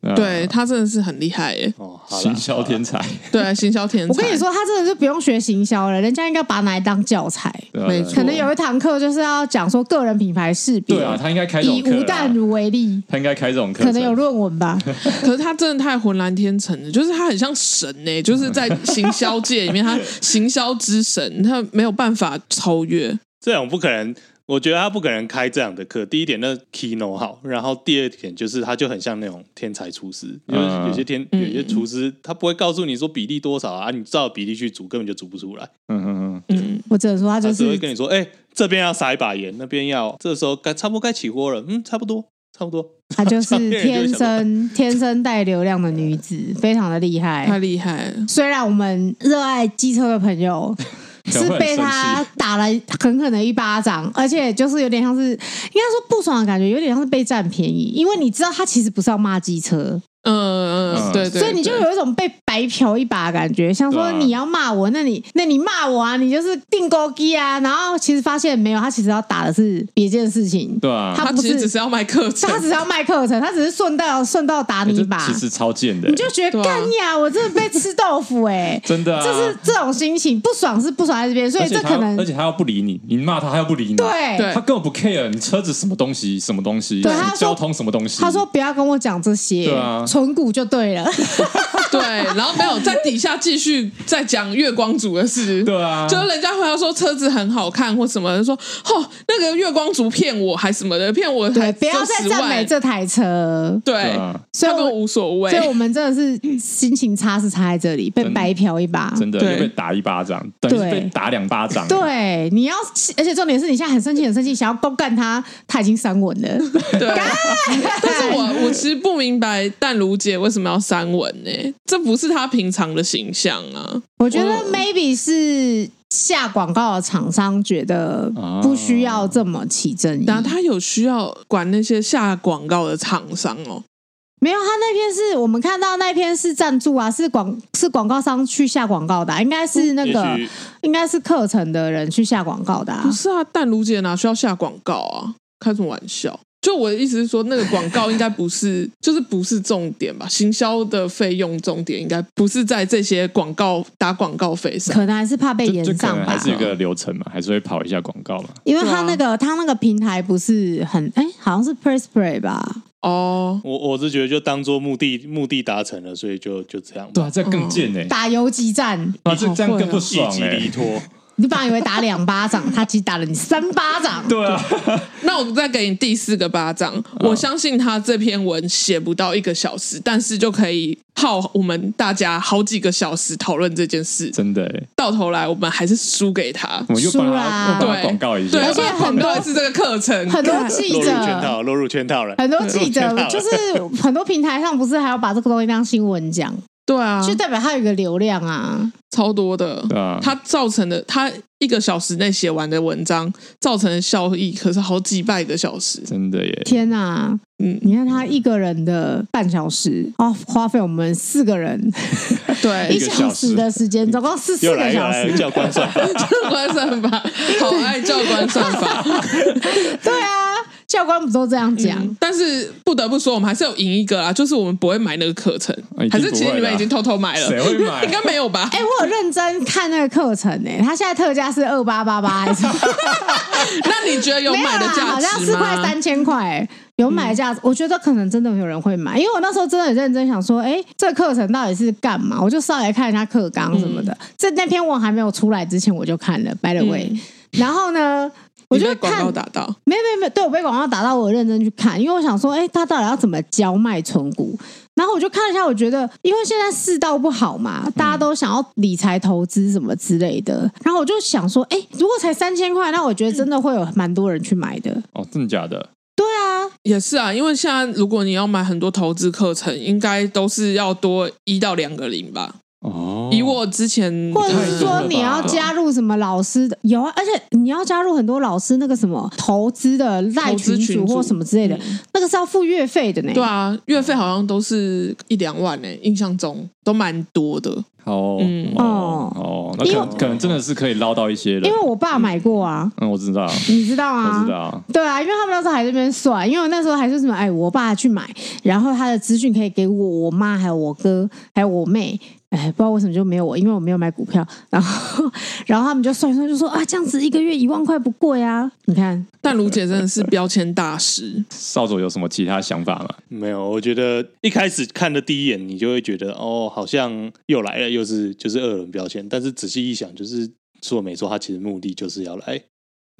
[SPEAKER 1] 啊
[SPEAKER 3] 对，她真的是很厉害耶，
[SPEAKER 2] 哦，好啦
[SPEAKER 1] 行销天才，
[SPEAKER 3] 对啊，行销天才。
[SPEAKER 4] 我跟你，说，他真的是不用学行销了，人家应该把他拿来当教材。
[SPEAKER 1] 对啊
[SPEAKER 3] 没错
[SPEAKER 4] 可能有一堂课就是要讲说个人品牌识别，
[SPEAKER 1] 对啊，他应该开这
[SPEAKER 4] 以
[SPEAKER 1] 种课啊
[SPEAKER 4] 吴淡如为例，
[SPEAKER 1] 他应该开这种课
[SPEAKER 4] 可
[SPEAKER 1] 程，
[SPEAKER 4] 能有论 文吧。
[SPEAKER 3] 可是她真的太浑然天成了，就是她很像神呢，就是在行销界里面，她行销之神，她没有办法超越。
[SPEAKER 2] 这种不可能，我觉得他不可能开这样的课。第一点，那 keyno 好，然后第二点就是他就很像那种天才厨师，就是
[SPEAKER 1] 嗯
[SPEAKER 2] 有些天、
[SPEAKER 3] 嗯
[SPEAKER 2] 有些厨师他不会告诉你说比例多少啊，你照比例去煮根本就煮不出来，
[SPEAKER 1] 嗯嗯
[SPEAKER 3] 嗯，
[SPEAKER 4] 我只能说他就
[SPEAKER 2] 他只会
[SPEAKER 4] 是
[SPEAKER 2] 跟你说，哎、这边要撒一把盐，那边要，这时候该差不多该起锅了，嗯，差不多，差不多。
[SPEAKER 4] 他就
[SPEAKER 2] 上
[SPEAKER 4] 是
[SPEAKER 2] 面人
[SPEAKER 4] 天
[SPEAKER 2] 就会想说
[SPEAKER 4] 生天生带流量的女子，非常的厉害。
[SPEAKER 3] 太厉害了。
[SPEAKER 4] 虽然我们热爱机车的 朋友
[SPEAKER 1] 能
[SPEAKER 4] 是
[SPEAKER 1] 会很
[SPEAKER 4] 被他
[SPEAKER 1] 生
[SPEAKER 4] 打了狠狠的一巴掌，而且就是有点像是，应该说不爽的感觉，有点像是被占便宜，因为你知道他其实不是要骂机车，
[SPEAKER 3] 嗯嗯，
[SPEAKER 1] 嗯
[SPEAKER 3] 对对，
[SPEAKER 4] 所以你就
[SPEAKER 3] 对
[SPEAKER 4] 有一种被白嫖一把的感觉，像说
[SPEAKER 1] 对啊
[SPEAKER 4] 你要骂我，那你那你骂我啊，你就是定勾机啊，然后其实发现没有，他其实要打的是别件事情，
[SPEAKER 1] 对啊，
[SPEAKER 3] 他
[SPEAKER 4] 不
[SPEAKER 3] 其实
[SPEAKER 4] 是
[SPEAKER 3] 只是要卖课程，
[SPEAKER 4] 他只是要卖课程，他只是顺道顺道打
[SPEAKER 1] 欸
[SPEAKER 4] 你
[SPEAKER 1] 这
[SPEAKER 4] 一把，
[SPEAKER 1] 其实超贱的欸
[SPEAKER 4] 你，就觉得
[SPEAKER 3] 对啊
[SPEAKER 4] 干呀，我真的被吃豆腐哎、
[SPEAKER 1] 真的啊，
[SPEAKER 4] 这是这种心情，不爽是不爽在这边，所以
[SPEAKER 1] 而且
[SPEAKER 4] 这
[SPEAKER 1] 他
[SPEAKER 4] 可能
[SPEAKER 1] 而且他要不理你，你骂他他又不理你，
[SPEAKER 4] 对
[SPEAKER 3] 对
[SPEAKER 1] 他根本不 care 你车子什么东西，什么东西，
[SPEAKER 4] 对他说
[SPEAKER 1] 交通什么东西。
[SPEAKER 4] 他说不要跟我讲这些
[SPEAKER 1] 对啊，
[SPEAKER 4] 存股就对 了。
[SPEAKER 3] 对，然后没有在底下继续再讲月光族的事。
[SPEAKER 1] 对啊
[SPEAKER 3] 就是人家回来说车子很好看或什么，就说哦那个月光族骗我还什么的，骗我还
[SPEAKER 4] 对，不要再
[SPEAKER 3] 10
[SPEAKER 4] 赞
[SPEAKER 3] 万
[SPEAKER 4] 美这台车。
[SPEAKER 3] 对，
[SPEAKER 1] 对啊，
[SPEAKER 4] 所以
[SPEAKER 3] 他们
[SPEAKER 4] 我，
[SPEAKER 3] 无所谓
[SPEAKER 4] 所。以我们真的是心情差是差在这里，被
[SPEAKER 1] 真的
[SPEAKER 4] 白嫖一把。
[SPEAKER 1] 真的
[SPEAKER 3] 对
[SPEAKER 1] 又被打一巴掌，等于是
[SPEAKER 4] 对
[SPEAKER 1] 被打两巴掌。啊
[SPEAKER 4] 对，你要，而且重点是你现在很生气，很生气，想要公干他，他已经删文了。
[SPEAKER 3] 对，但是我我其实不明白淡如姐为什么要删文呢、这不是她平常的形象啊。
[SPEAKER 4] 我觉得 maybe 是下广告的厂商觉得
[SPEAKER 1] 啊
[SPEAKER 4] 不需要这么起争议。
[SPEAKER 3] 然后她有需要管那些下广告的厂商哦。
[SPEAKER 4] 没有，他那篇是我们看到那篇是赞助啊，是广是广告商去下广告的啊、应该是那个
[SPEAKER 2] 嗯也许
[SPEAKER 4] 应该是课程的人去下广告的、啊
[SPEAKER 3] 不。是啊，淡如姐哪需要下广告啊？开什么玩笑？就我的意思是说，那个广告应该不是， 就是不是重点吧？行销的费用重点应该不是在这些广告打广告费上。
[SPEAKER 4] 可能还是怕被
[SPEAKER 1] 就
[SPEAKER 4] 延
[SPEAKER 1] 就可
[SPEAKER 4] 上
[SPEAKER 1] 能
[SPEAKER 4] 吧
[SPEAKER 1] 还，是有一个流程嘛，还是会跑一下广告嘛。
[SPEAKER 4] 因为他那
[SPEAKER 3] 对
[SPEAKER 2] 啊
[SPEAKER 4] 个、他那个平台不是很哎、好像是 Press Play 吧？
[SPEAKER 3] 哦，
[SPEAKER 2] 我我是觉得就当做目的目的达成了，所以就就这样
[SPEAKER 1] 对
[SPEAKER 2] 吧，
[SPEAKER 1] 啊，这更贱哎！
[SPEAKER 4] 嗯打游击战，
[SPEAKER 1] 啊，这这样更不
[SPEAKER 2] 一
[SPEAKER 1] 爽
[SPEAKER 2] 击
[SPEAKER 4] 欸
[SPEAKER 1] 哎
[SPEAKER 2] 离。脱。
[SPEAKER 4] 你本来以为打两巴掌，他其实打了你三巴掌。
[SPEAKER 1] 对啊，
[SPEAKER 3] 那我再给你第四个巴掌。
[SPEAKER 4] 嗯
[SPEAKER 3] 我相信他这篇文写不到一个小时，但是就可以耗我们大家好几个小时讨论这件事。
[SPEAKER 1] 真的哎，
[SPEAKER 3] 到头来，我们还是输给他。
[SPEAKER 1] 我们又帮
[SPEAKER 4] 输
[SPEAKER 1] 他
[SPEAKER 4] 啦
[SPEAKER 1] 又帮他
[SPEAKER 3] 对，
[SPEAKER 1] 广告一下
[SPEAKER 3] 对，
[SPEAKER 4] 嗯
[SPEAKER 3] 啊
[SPEAKER 4] 而，且很多
[SPEAKER 3] 广告是这个课程，
[SPEAKER 4] 很多记
[SPEAKER 2] 落入圈
[SPEAKER 4] 者，
[SPEAKER 2] 套，落入圈套了。
[SPEAKER 4] 很多记
[SPEAKER 2] 落入圈套
[SPEAKER 4] 者
[SPEAKER 2] 了
[SPEAKER 4] 就是很多平台上不是还要把这个东西当新闻讲，
[SPEAKER 3] 对啊，
[SPEAKER 4] 就代表他有一个流量啊。
[SPEAKER 3] 超多的。
[SPEAKER 1] 对啊，
[SPEAKER 3] 它造成的，它一个小时内写完的文章造成的效益，可是好几百个小时。
[SPEAKER 1] 真的耶，
[SPEAKER 4] 天啊哪、
[SPEAKER 3] 嗯，
[SPEAKER 4] 你看他一个人的半小时啊，花费我们四个人 一
[SPEAKER 3] 对，
[SPEAKER 1] 个
[SPEAKER 4] 小
[SPEAKER 1] 小时
[SPEAKER 4] 时的时间，总共是四
[SPEAKER 2] 又
[SPEAKER 4] 个
[SPEAKER 2] 来又
[SPEAKER 4] 小
[SPEAKER 2] 来
[SPEAKER 4] 时
[SPEAKER 2] 了，。教官算法，
[SPEAKER 3] 教官算 法，好爱教官算法。
[SPEAKER 4] 对啊，教官不都这样讲？
[SPEAKER 3] 嗯但是不得不说，我们还是有赢一个啦，就是我们不会买那个课程
[SPEAKER 1] 啊一定，不
[SPEAKER 3] 还
[SPEAKER 1] 会啦
[SPEAKER 3] 是其实你们已经偷偷买了
[SPEAKER 1] 谁，会 买
[SPEAKER 3] 应？该没有吧
[SPEAKER 4] 哎、？我有认真看那个课程诶、他现在特价是二八八八，还是
[SPEAKER 3] 那你觉得 有
[SPEAKER 4] 没有
[SPEAKER 3] 买的
[SPEAKER 4] 啦？
[SPEAKER 3] 价
[SPEAKER 4] 好像
[SPEAKER 3] 值
[SPEAKER 4] 是快
[SPEAKER 3] 吗？嗯
[SPEAKER 4] 三千块欸，有买的价值。我觉得可能真的有人会买，因为我那时候真的很认真想说，哎、这课程到底是干嘛？我就上来看一下课纲什么的。这那篇文还没有出来之前，我就看了，by the way、
[SPEAKER 3] 嗯
[SPEAKER 4] 然后呢，我
[SPEAKER 3] 你
[SPEAKER 4] 就
[SPEAKER 3] 被广
[SPEAKER 4] 看
[SPEAKER 3] 告打到，
[SPEAKER 4] 没有没有没有，对我被广告打到，我有认真去看，因为我想说，哎，他到底要怎么教卖存股？然后我就看一下，我觉得因为现在世道不好嘛，大家都想要理财投资什么之类的，然后我就想说，哎，如果才三千块，那我觉得真的会有蛮多人去买的。
[SPEAKER 1] 哦，真的假的？
[SPEAKER 4] 对啊，
[SPEAKER 3] 也是啊，因为现在如果你要买很多投资课程，应该都是要多一到两个零吧。
[SPEAKER 1] 哦，
[SPEAKER 3] 以我之前
[SPEAKER 4] 或者
[SPEAKER 1] 太
[SPEAKER 4] 是
[SPEAKER 1] 多了
[SPEAKER 4] 说
[SPEAKER 1] 吧
[SPEAKER 4] 你要加入什么老师的有啊，而且你要加入很多老师那个什么投资的赖
[SPEAKER 3] 投资
[SPEAKER 4] 群
[SPEAKER 3] 群
[SPEAKER 4] 组或
[SPEAKER 3] 组
[SPEAKER 4] 什么之类的，那个是要付月费的呢。
[SPEAKER 3] 对啊，月费好像都是一两万呢、印象中都蛮多的。
[SPEAKER 1] 好哦
[SPEAKER 3] 嗯
[SPEAKER 1] 哦哦，那可
[SPEAKER 4] 因为
[SPEAKER 1] 能可能真的是可以捞到一些人
[SPEAKER 4] 因。为我爸买过啊，
[SPEAKER 1] 嗯，我知道，
[SPEAKER 4] 你知道吗？
[SPEAKER 1] 我知道，
[SPEAKER 4] 对啊，因为他们那时候还在那边算，因为我那时候还说什么，哎，我爸去买，然后他的资讯可以给我、我妈、还有我哥、还有我妹，哎，不知道为什么就没有我，因为我没有买股票。然后，然后他们就算一算，就说啊，这样子一个月一万块不贵啊。 你看，
[SPEAKER 3] 但卢姐真的是标签大师，
[SPEAKER 1] 少佐有什么其他想法吗？
[SPEAKER 2] 没有，我觉得一开始看的第一眼，你就会觉得哦，好像又来了，又是就是二轮标签。但是仔细一想，就是说没错，他其实目的就是要来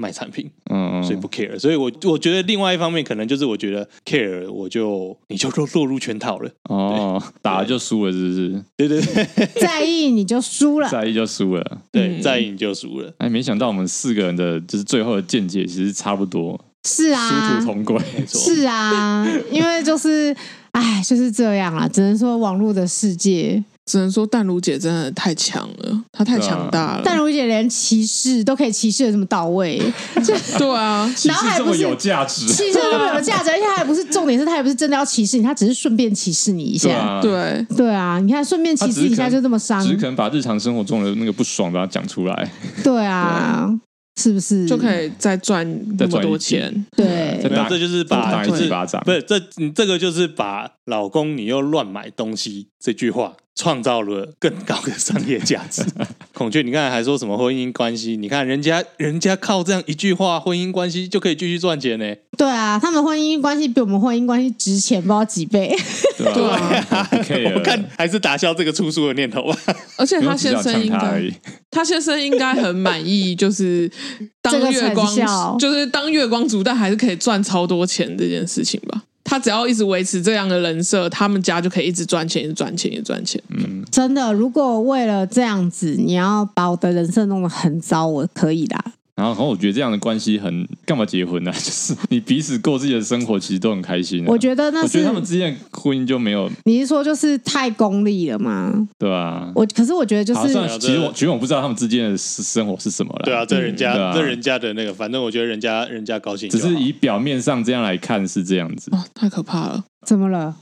[SPEAKER 2] 卖产品，
[SPEAKER 1] 嗯，嗯
[SPEAKER 2] 所以不 care。所以我我觉得另外一方面，可能就是我觉得 care，我就你就落落入圈套了。
[SPEAKER 1] 哦，打了就输了，是不是？
[SPEAKER 2] 对对对，
[SPEAKER 4] 在意你就输了。
[SPEAKER 1] 在意就输了。
[SPEAKER 2] 对，
[SPEAKER 3] 嗯
[SPEAKER 2] 在意你就输了。
[SPEAKER 1] 哎，没想到我们四个人的就是最后的见解其实差不多，
[SPEAKER 4] 是
[SPEAKER 1] 殊
[SPEAKER 4] 啊
[SPEAKER 1] 途，同归。
[SPEAKER 2] 没错，
[SPEAKER 4] 是啊，因为就是，哎，就是这样啊，只能说网络的世界，
[SPEAKER 3] 只能说淡如姐真的太强了，她太强大了。
[SPEAKER 4] 但如姐连歧视都可以歧视的这么到位，
[SPEAKER 3] 对啊，
[SPEAKER 1] 其
[SPEAKER 4] 然后
[SPEAKER 1] 实
[SPEAKER 4] 还
[SPEAKER 1] 这
[SPEAKER 4] 不
[SPEAKER 1] 么
[SPEAKER 4] 是
[SPEAKER 1] 有价 值，
[SPEAKER 4] 歧视都没有价值，而且他也不是重点，是他也不是真的要歧视你，他只是顺便歧视你一
[SPEAKER 1] 对
[SPEAKER 4] 下。
[SPEAKER 1] 啊，
[SPEAKER 3] 对，
[SPEAKER 4] 对啊，你看顺便歧视一下就这么伤
[SPEAKER 1] 只，是可能把日常生活中的那个不爽把它讲出来，
[SPEAKER 4] 对啊，是不是
[SPEAKER 3] 就可？以再赚那么多钱。
[SPEAKER 1] 再
[SPEAKER 4] 对，
[SPEAKER 2] 没有
[SPEAKER 1] 打
[SPEAKER 2] 这就是
[SPEAKER 1] 再
[SPEAKER 2] 把
[SPEAKER 1] 打
[SPEAKER 2] 就
[SPEAKER 1] 一
[SPEAKER 2] 是
[SPEAKER 1] 几巴掌
[SPEAKER 2] 不。是这你这个就是把“老公你又乱买东西”这句话创造了更高的商业价 值。孔雀，你刚才还说什么婚姻关系？你看人家人家靠这样一句话，婚姻关系就可以继续赚钱呢。
[SPEAKER 4] 对啊，他们婚姻关系比我们婚姻关系值钱，不知道几倍。
[SPEAKER 1] 对
[SPEAKER 3] 对
[SPEAKER 1] 啊，
[SPEAKER 3] 啊，
[SPEAKER 1] 不 care 啊
[SPEAKER 2] 我看还是打消这个出书的念头吧。
[SPEAKER 3] 而且
[SPEAKER 1] 不用
[SPEAKER 3] 她
[SPEAKER 1] 只
[SPEAKER 3] 先
[SPEAKER 1] 想
[SPEAKER 3] 生
[SPEAKER 1] 呛
[SPEAKER 3] 应
[SPEAKER 1] 他
[SPEAKER 3] 该
[SPEAKER 1] 而 已。
[SPEAKER 3] 他先生应该很满意，就是当
[SPEAKER 4] 这个
[SPEAKER 3] 月光
[SPEAKER 4] 成效，
[SPEAKER 3] 就是当月光族，但还是可以赚超多钱这件事情吧。他只要一直维持这样的人设，他们家就可以一直赚钱，一直赚钱，一直赚钱。
[SPEAKER 1] 嗯，
[SPEAKER 4] 真的，如果为了这样子，你要把我的人生弄得很糟，我可以啦。
[SPEAKER 1] 然后然后我觉得这样的关系很干嘛结婚呢？啊 就是你彼此过自己的生活，其实都很开心啊。
[SPEAKER 4] 我觉得那
[SPEAKER 1] 我觉
[SPEAKER 4] 是
[SPEAKER 1] 得他们之间的婚姻就没有
[SPEAKER 4] 你是说就是太功利了吗？
[SPEAKER 1] 对啊。
[SPEAKER 4] 我可是我觉得就
[SPEAKER 1] 好，
[SPEAKER 4] 是
[SPEAKER 1] 算了，其实我其实我不知道他们之间的私生活是什么了。
[SPEAKER 2] 啊对啊，，这人家、
[SPEAKER 1] 对啊
[SPEAKER 2] 这人家的那个，反正我觉得人家人家高兴就
[SPEAKER 1] 只
[SPEAKER 2] 好，
[SPEAKER 1] 是以表面上这样来看是这样子。
[SPEAKER 3] 哦，太可怕了！
[SPEAKER 4] 怎么了？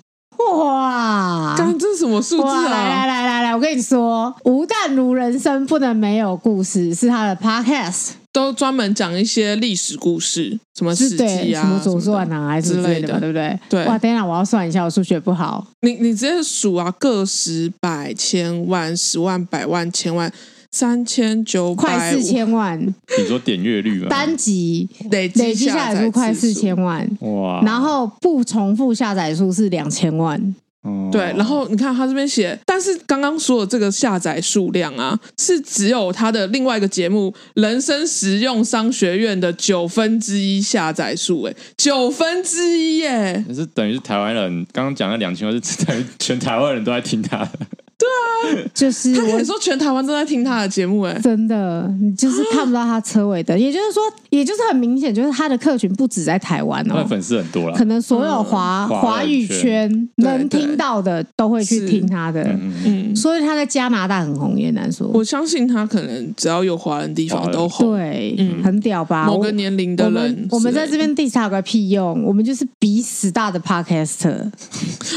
[SPEAKER 4] 哇，
[SPEAKER 3] 干、这是什么 数字
[SPEAKER 4] 啊哇 来来
[SPEAKER 3] 啊？
[SPEAKER 4] 来来来，我跟你说，吴淡如人生不能没有故事，是他的 podcast，
[SPEAKER 3] 都专门讲一些历史故事，什么
[SPEAKER 4] 是
[SPEAKER 3] 史
[SPEAKER 4] 对
[SPEAKER 3] 记啊，
[SPEAKER 4] 什么左传
[SPEAKER 3] 啊。
[SPEAKER 4] 啊，还是什么之类的吧，
[SPEAKER 3] 之
[SPEAKER 4] 对不对？
[SPEAKER 3] 对
[SPEAKER 4] 哇，等一下我要算一下，我数学不好。
[SPEAKER 3] 你你直接数啊，个十百千万十万百万千万三千九百
[SPEAKER 4] 快四千万
[SPEAKER 1] 你说点阅率吗？
[SPEAKER 4] 单集
[SPEAKER 3] 累
[SPEAKER 4] 累
[SPEAKER 3] 积
[SPEAKER 4] 积下载数快
[SPEAKER 3] 次
[SPEAKER 4] 四
[SPEAKER 3] 数
[SPEAKER 4] 千万，
[SPEAKER 1] 哇，
[SPEAKER 4] 然后不重复下载数是两千万，
[SPEAKER 1] 哦
[SPEAKER 3] 对，然后你看他这边写，但是刚刚说的这个下载数量啊，是只有他的另外一个节目《人生实用商学院》的九分之一下载数，哎，九分之一耶！
[SPEAKER 1] 那是等于是台湾人刚刚讲的两千万，是 等于全台湾人都在听他的。
[SPEAKER 4] 就是
[SPEAKER 3] 他
[SPEAKER 4] 我
[SPEAKER 3] 可以说全台湾都在听他的节目，哎，
[SPEAKER 4] 真的，你就是看不到他车尾灯，也就是说，也就是很明显，就是他的客群不止在台湾
[SPEAKER 1] 他
[SPEAKER 4] 哦
[SPEAKER 1] 的。粉丝很多啦。
[SPEAKER 4] 可能所有华
[SPEAKER 1] 嗯华
[SPEAKER 4] 华语圈
[SPEAKER 3] 对
[SPEAKER 4] 能
[SPEAKER 3] 对
[SPEAKER 4] 听到的都会去
[SPEAKER 3] 是
[SPEAKER 4] 听他的，
[SPEAKER 1] 嗯，
[SPEAKER 3] 嗯，
[SPEAKER 4] 所以他在加拿大很红，也难说。
[SPEAKER 3] 我相信他可能只要有华人地
[SPEAKER 1] 华
[SPEAKER 3] 方
[SPEAKER 1] 人
[SPEAKER 3] 都红，
[SPEAKER 4] 对，
[SPEAKER 3] 嗯
[SPEAKER 4] 很屌吧？
[SPEAKER 3] 某
[SPEAKER 4] 我
[SPEAKER 3] 个年龄的
[SPEAKER 4] 我
[SPEAKER 3] 人
[SPEAKER 4] 们，我们在
[SPEAKER 3] 边。
[SPEAKER 4] 这边 diss 他有个屁用？我们就是比死大的 podcaster。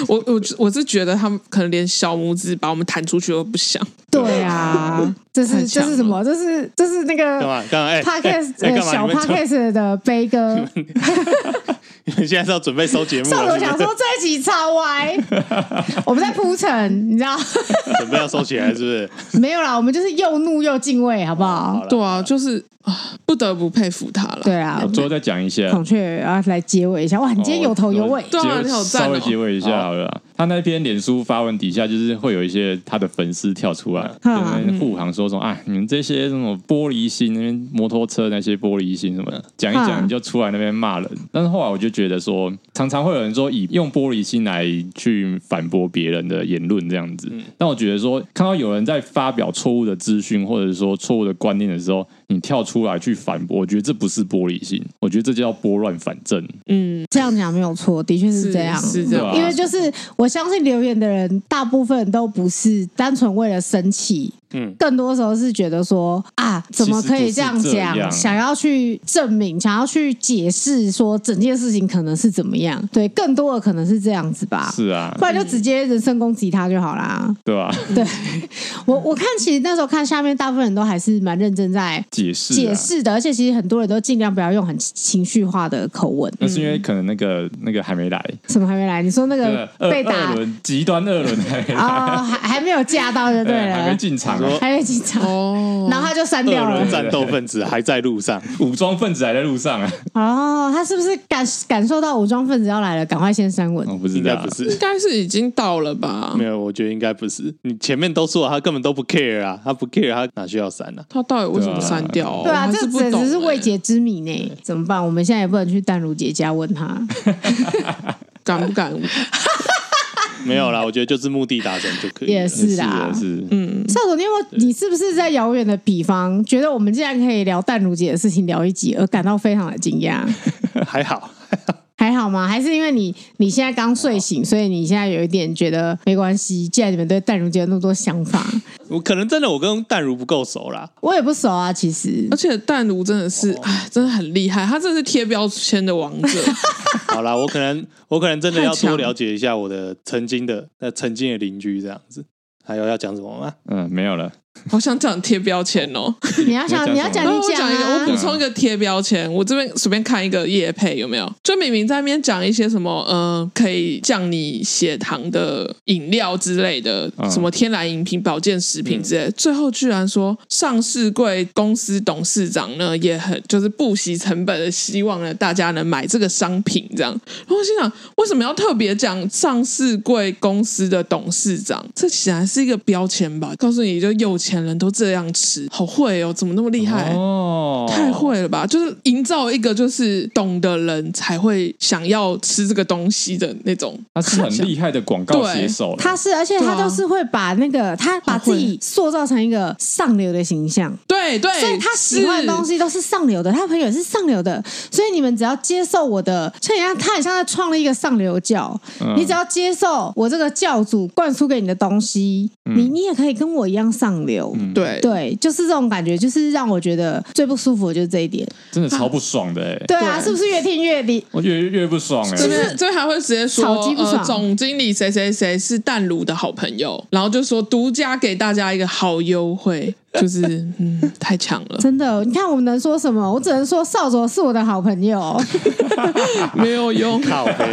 [SPEAKER 3] 我我我是觉得他们可能连小拇指把我们弹出去都不 想。
[SPEAKER 4] 对啊，这
[SPEAKER 3] 太
[SPEAKER 4] 是这
[SPEAKER 3] 强
[SPEAKER 4] 是什么？这是这是那
[SPEAKER 2] 干
[SPEAKER 4] 个
[SPEAKER 2] 嘛干嘛？哎、
[SPEAKER 4] podcast 呃
[SPEAKER 2] 哎哎干嘛
[SPEAKER 4] 小
[SPEAKER 2] 你们
[SPEAKER 4] podcast 的悲歌。
[SPEAKER 2] 你 们现在是要准备收节目
[SPEAKER 4] 少
[SPEAKER 2] 了，
[SPEAKER 4] 佐
[SPEAKER 2] 是
[SPEAKER 4] 想
[SPEAKER 2] 不是
[SPEAKER 4] 说这一集超 歪，我们在铺陈，你知道
[SPEAKER 2] 准备要收起来，是不是？
[SPEAKER 4] 没有啦？我们就是又怒又敬畏，好不好
[SPEAKER 2] 好？了
[SPEAKER 3] 对啊，就是啊，不得不佩服他了。
[SPEAKER 4] 对啊
[SPEAKER 1] 我，最后再 讲一些。
[SPEAKER 4] 孔雀啊，来结尾一下。哇，你今天有头有尾
[SPEAKER 1] 哦，
[SPEAKER 3] 对啊
[SPEAKER 1] 结尾
[SPEAKER 3] 你好赞哦
[SPEAKER 1] 稍微结尾一下好了啦。他那篇脸书发文底下，就是会有一些他的粉丝跳出来，就在那边护航说
[SPEAKER 4] 嗯
[SPEAKER 1] 说，哎，你们这些什么玻璃心，那边摩托车那些玻璃心什么的，讲一讲
[SPEAKER 4] 嗯
[SPEAKER 1] 你就出来那边骂人。但是后来我就觉得说，常常会有人说以用玻璃心来去反驳别人的言论这样子。
[SPEAKER 3] 嗯
[SPEAKER 1] 但我觉得说，看到有人在发表错误的资讯或者说错误的观念的时候，你跳出来去反驳，我觉得这不是玻璃心，我觉得这就叫拨乱反正。
[SPEAKER 3] 嗯，
[SPEAKER 4] 这样讲没有错，的确
[SPEAKER 3] 是
[SPEAKER 4] 是这样。
[SPEAKER 3] 是这样
[SPEAKER 1] 对啊
[SPEAKER 4] 因为就是我相信留言的人，大部分都不是单纯为了生气，
[SPEAKER 2] 嗯，
[SPEAKER 4] 更多时候是觉得说啊，怎么可以这样
[SPEAKER 1] 其实不是
[SPEAKER 4] 讲？
[SPEAKER 1] 这样
[SPEAKER 4] 想要去证明，想要去解释说整件事情可能是怎么样。对，更多的可能是这样子吧。
[SPEAKER 1] 是啊
[SPEAKER 4] 不，然就直接人身攻击他就好啦。
[SPEAKER 1] 对吧、
[SPEAKER 4] 我我看其实那时候看下面，大部分人都还是蛮认真在
[SPEAKER 1] 解释、啊，
[SPEAKER 4] 解释的，而且其实很多人都尽量不要用很情绪化的口吻。
[SPEAKER 1] 那是因为可能那个那个还没来，
[SPEAKER 4] 什么还没来？你说那
[SPEAKER 1] 那
[SPEAKER 4] 个
[SPEAKER 1] 个二
[SPEAKER 4] 被
[SPEAKER 1] 二
[SPEAKER 4] 打
[SPEAKER 1] 轮极端二 轮还没来，
[SPEAKER 4] 哦，还还没有架到就 对
[SPEAKER 1] 还没
[SPEAKER 4] 了，
[SPEAKER 1] 进场啊，
[SPEAKER 2] 说
[SPEAKER 4] 还没进场，
[SPEAKER 3] 哦，
[SPEAKER 4] 然后他就删掉
[SPEAKER 2] 二
[SPEAKER 4] 了
[SPEAKER 2] 轮。战斗分子还在路上，
[SPEAKER 1] 武装分子还在路上啊，
[SPEAKER 4] 哦，他是不是感感受到武装分子要来了，赶快先删文？
[SPEAKER 1] 哦我不知
[SPEAKER 2] 应该
[SPEAKER 1] 道
[SPEAKER 2] 不，
[SPEAKER 3] 应
[SPEAKER 2] 是。
[SPEAKER 3] 该是已经到了吧
[SPEAKER 2] 没？有，我觉得应该不是。你前面都说了，他根本都不 care 啊，他不 care，他哪需要删啊？
[SPEAKER 3] 他到底为什么删掉、哦？
[SPEAKER 4] 对啊，
[SPEAKER 3] 我还
[SPEAKER 4] 这
[SPEAKER 3] 是不
[SPEAKER 4] 简
[SPEAKER 3] 懂、
[SPEAKER 4] 直是
[SPEAKER 3] 欸
[SPEAKER 4] 未解之谜呢，怎么办？我们现在也不能去淡如姐家 问他。
[SPEAKER 3] 敢不敢？
[SPEAKER 2] 没有啦，我觉得就是目的达成就可以了。
[SPEAKER 4] 也是啦
[SPEAKER 1] 也是
[SPEAKER 3] 嗯，
[SPEAKER 4] 少总，你有没有你是不是在遥远的比方，觉得我们竟然可以聊淡如姐的事情聊一集，而感到非常的惊讶？
[SPEAKER 2] 还好，
[SPEAKER 4] 还好吗？还是因为你你现在刚睡醒，所以你现在有一点觉得没关系？既然你们对淡如姐有那么多想法，
[SPEAKER 2] 我可能真的我跟淡如不够熟啦。
[SPEAKER 4] 我也不熟啊，其实
[SPEAKER 3] 而。且淡如真的
[SPEAKER 2] 哦
[SPEAKER 3] 是，哎，真的很厉害，他真的是贴标签的王 者。
[SPEAKER 2] 好啦，我可能我可能真的要
[SPEAKER 3] 太强
[SPEAKER 2] 多了解一下我的曾经的那曾经的邻居这样子。还有要讲什么吗？
[SPEAKER 1] 嗯没有了，
[SPEAKER 3] 好想讲贴标签哦，
[SPEAKER 4] 你要想，
[SPEAKER 1] 你
[SPEAKER 4] 你
[SPEAKER 1] 要
[SPEAKER 4] 要
[SPEAKER 1] 讲
[SPEAKER 4] 讲，
[SPEAKER 1] 什么
[SPEAKER 3] 然嗯后
[SPEAKER 4] 你
[SPEAKER 3] 我
[SPEAKER 4] 讲
[SPEAKER 3] 讲一个，
[SPEAKER 4] 啊
[SPEAKER 3] 我补充一个贴标签。我这边随便看一个叶配有没有？就明明在那边讲一些什么，呃，可以降你血糖的饮料之类的，
[SPEAKER 1] 嗯
[SPEAKER 3] 什么天然饮品、保健食品之类的，最后居然说上市贵公司董事长呢也很就是不惜成本的希望呢大家能买这个商品这样。然后我心想，为什么要特别讲上市贵公司的董事长？这显然是一个标签吧？告诉你，就有钱人都这样吃，好会哦，怎么那么厉害？
[SPEAKER 1] 哦，
[SPEAKER 3] 太会了吧！就是营造一个就是懂的人才会想要吃这个东西的那种。
[SPEAKER 1] 他是很厉害的广告写手，
[SPEAKER 4] 他是，而且他
[SPEAKER 3] 对啊
[SPEAKER 4] 都是会把那个他把自己塑造成一个上流的形象，
[SPEAKER 3] 对对，
[SPEAKER 4] 所以他喜欢的东
[SPEAKER 3] 西
[SPEAKER 4] 西都是上流的，他朋友也是上流的，所以你们只要接受我的，所以他他很像在创立一个上流教，
[SPEAKER 1] 嗯
[SPEAKER 4] 你只要接受我这个教主灌输给你的东西，你你也可以跟我一样上流。
[SPEAKER 3] 对
[SPEAKER 4] 对，就是这种感觉，就是让我觉得最不舒服的就是这一点。
[SPEAKER 1] 真的超不爽的哎，
[SPEAKER 4] 对啊，
[SPEAKER 3] 对
[SPEAKER 4] 是不是越听越理？
[SPEAKER 1] 我越越不爽哎
[SPEAKER 3] 这，边这边还会直接说，
[SPEAKER 4] 草鸡不
[SPEAKER 3] 呃
[SPEAKER 4] 爽，
[SPEAKER 3] 总经理谁谁谁是淡如的好朋友，然后就说独家给大家一个好优惠，就是嗯，太强了，
[SPEAKER 4] 真的，你看我们能说什么？我只能说少佐是我的好朋友。
[SPEAKER 3] 没有用。
[SPEAKER 2] 靠背，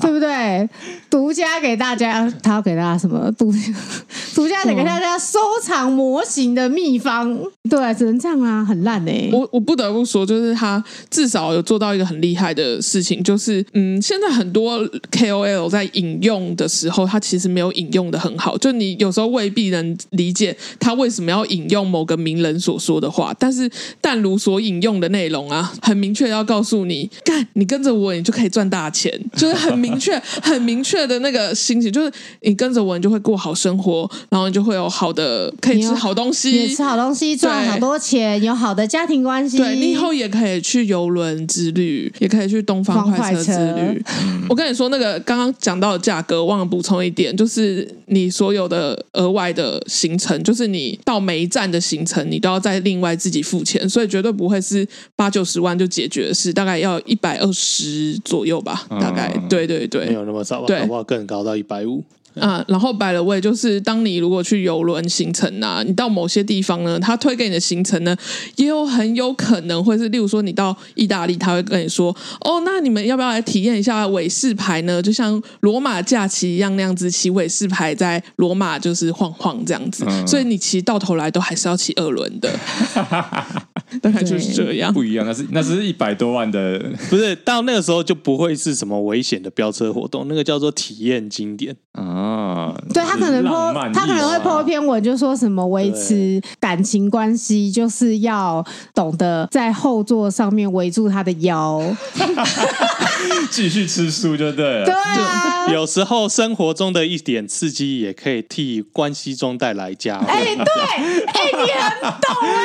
[SPEAKER 4] 对不对？独家给大家，他要给大家什么？独 独家得给大家收藏模型的秘方，对，只能这样啊，很烂哎、
[SPEAKER 3] 我我不得不说，就是他至少有做到一个很厉害的事情，就是嗯，现在很多 KOL 在引用的时候，他其实没有引用的很好，就你有时候未必能理解他为什么要引用某个名人所说的话，但是但如所引用的内容啊，很明确要告诉你，干，你跟着我，你就可以赚大钱，就是很明确、很明确的那个心情，就是你跟着我，你就会过好生活，然后你就会有好的可以
[SPEAKER 4] 你
[SPEAKER 3] 吃
[SPEAKER 4] 有
[SPEAKER 3] 好东西，
[SPEAKER 4] 你吃好东西，赚好多钱，有好的家庭关系，
[SPEAKER 3] 对你以后也可以去游轮之旅，也可以去东方快车之
[SPEAKER 4] 方快
[SPEAKER 3] 旅。我跟你说，那个刚刚讲到的价格，忘了补充一点，就是你所有的额外的行程，就是你到每一站的行程，你都要再另外自己付钱，所以绝对不会是八九十万就解决的事，大概要一百二十左右吧，
[SPEAKER 1] 嗯
[SPEAKER 3] 大概。对对对，
[SPEAKER 2] 没有那么少吧，
[SPEAKER 3] 对
[SPEAKER 2] 搞不好更高到一百五。
[SPEAKER 3] 啊，然后摆了位，就是当你如果去游轮行程啊，你到某些地方呢，他推给你的行程呢，也有很有可能会是，例如说你到意大利，他会跟你说，哦，那你们要不要来体验一下韦氏牌呢？就像罗马假期一样那样子，骑韦氏牌在罗马就是晃晃这样子，
[SPEAKER 1] 嗯
[SPEAKER 3] 所以你其实到头来都还是要骑二轮的。大概就是这样。
[SPEAKER 1] 不一样，那是那是一百多万 的，
[SPEAKER 2] 不是到那个时候就不会是什么危险的飙车活动，那个叫做体验经典。
[SPEAKER 1] 啊，
[SPEAKER 4] 对他可能
[SPEAKER 1] 浪
[SPEAKER 4] po，
[SPEAKER 1] 漫
[SPEAKER 4] 他可能会
[SPEAKER 1] 意啊
[SPEAKER 4] po 一篇文，就说什么维持感情关系，就是要懂得在后座上面围住他的腰。
[SPEAKER 1] 继续吃素就对了。
[SPEAKER 4] 对啊，
[SPEAKER 2] 有时候生活中的一点刺激，也可以替关系中带来加分。
[SPEAKER 4] 哎、对，哎、你很懂啊，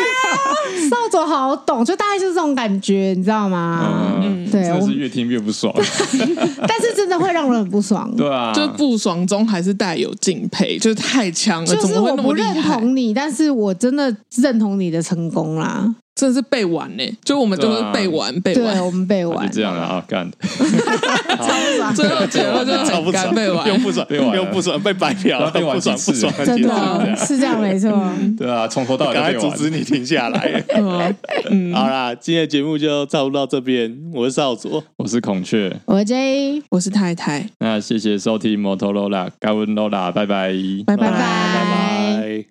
[SPEAKER 4] 少佐好懂，就大概就是这种感觉，你知道吗？
[SPEAKER 1] 嗯，
[SPEAKER 4] 对
[SPEAKER 1] 真的
[SPEAKER 4] 我
[SPEAKER 1] 是越听越不爽。
[SPEAKER 4] 但是真的会让人很不爽。
[SPEAKER 1] 对啊，
[SPEAKER 3] 就是不爽中还是带有敬佩，就是太强了，
[SPEAKER 4] 就
[SPEAKER 3] 怎
[SPEAKER 4] 是
[SPEAKER 3] 么会
[SPEAKER 4] 我
[SPEAKER 3] 那
[SPEAKER 4] 不
[SPEAKER 3] 么厉
[SPEAKER 4] 认
[SPEAKER 3] 害？
[SPEAKER 4] 同你，但是我真的认同你的成功啦。
[SPEAKER 3] 真的是被玩呢、就我们都是被玩、被
[SPEAKER 4] 对
[SPEAKER 3] 玩，
[SPEAKER 4] 我们被
[SPEAKER 1] 啊
[SPEAKER 4] 玩
[SPEAKER 1] 就这样了啊，干。
[SPEAKER 4] 啊
[SPEAKER 3] 最后结论就是
[SPEAKER 2] 超
[SPEAKER 3] 很
[SPEAKER 2] 不
[SPEAKER 3] 干
[SPEAKER 2] 爽，
[SPEAKER 3] 被
[SPEAKER 2] 又
[SPEAKER 3] 玩。
[SPEAKER 2] 不爽，
[SPEAKER 1] 被玩了
[SPEAKER 2] 又不爽，被白
[SPEAKER 1] 然
[SPEAKER 2] 嫖
[SPEAKER 1] 后
[SPEAKER 2] 了，
[SPEAKER 1] 被玩
[SPEAKER 2] 不爽，
[SPEAKER 1] 几次
[SPEAKER 2] 不爽，
[SPEAKER 4] 真
[SPEAKER 2] 结
[SPEAKER 3] 啊
[SPEAKER 2] 束
[SPEAKER 4] 的
[SPEAKER 2] 这样
[SPEAKER 4] 是这样没错。
[SPEAKER 1] 对啊，从头到尾都
[SPEAKER 2] 赶
[SPEAKER 1] 被
[SPEAKER 2] 快阻
[SPEAKER 1] 玩。
[SPEAKER 2] 止你停下来。
[SPEAKER 3] 嗯， 嗯
[SPEAKER 2] 好啦，今天的节目就差不多到这边。我是少佐，
[SPEAKER 1] 我是孔雀，
[SPEAKER 4] 我 J，
[SPEAKER 3] 我是太太，
[SPEAKER 1] 那谢谢收听 Motorola，高温 Lola，拜拜。
[SPEAKER 3] 拜拜
[SPEAKER 4] 拜
[SPEAKER 2] 拜拜。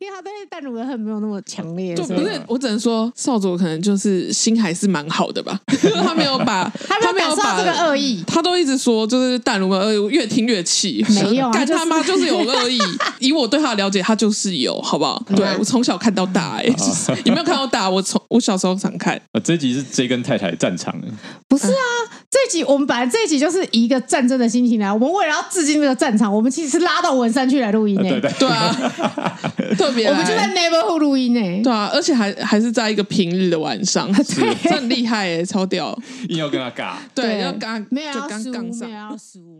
[SPEAKER 4] 因为他对淡乳的恨没有那么强烈，
[SPEAKER 3] 就
[SPEAKER 4] 所
[SPEAKER 3] 不
[SPEAKER 4] 以
[SPEAKER 3] 是，我只能说少佐可能就是心还是蛮好的吧， 他没有把，
[SPEAKER 4] 他没有感受到这个恶意。
[SPEAKER 3] 他都一直说，就是淡如的恶意，我越听越气。
[SPEAKER 4] 没有啊
[SPEAKER 3] 干
[SPEAKER 4] 就是
[SPEAKER 3] 他妈就是有恶意。以我对他的了解，他就是有，好不好？
[SPEAKER 4] 啊
[SPEAKER 3] 对我从小看到大、哎、就是
[SPEAKER 2] 啊
[SPEAKER 3] 有没有看到大？我从我小时候常看，
[SPEAKER 1] 呃这集是 J 跟太太战场，
[SPEAKER 4] 不是啊，这一集我们本来这一集就是以一个战争的心情来，啊我们为了要致敬这个战场，我们其实是拉到文山去来录音
[SPEAKER 1] 呃
[SPEAKER 4] 呢、
[SPEAKER 1] 对对，
[SPEAKER 3] 对哎啊， 特别来
[SPEAKER 4] 我们就在 neighborhood 录音呢、欸
[SPEAKER 3] 对啊，而且还还是在一个平日的晚 上，真的很厉害哎、超屌。
[SPEAKER 1] 硬要跟他尬。
[SPEAKER 3] 对，要刚
[SPEAKER 4] 没有
[SPEAKER 3] 就
[SPEAKER 4] 要
[SPEAKER 3] 刚
[SPEAKER 4] 输，
[SPEAKER 3] 杠上
[SPEAKER 4] 没有。要输。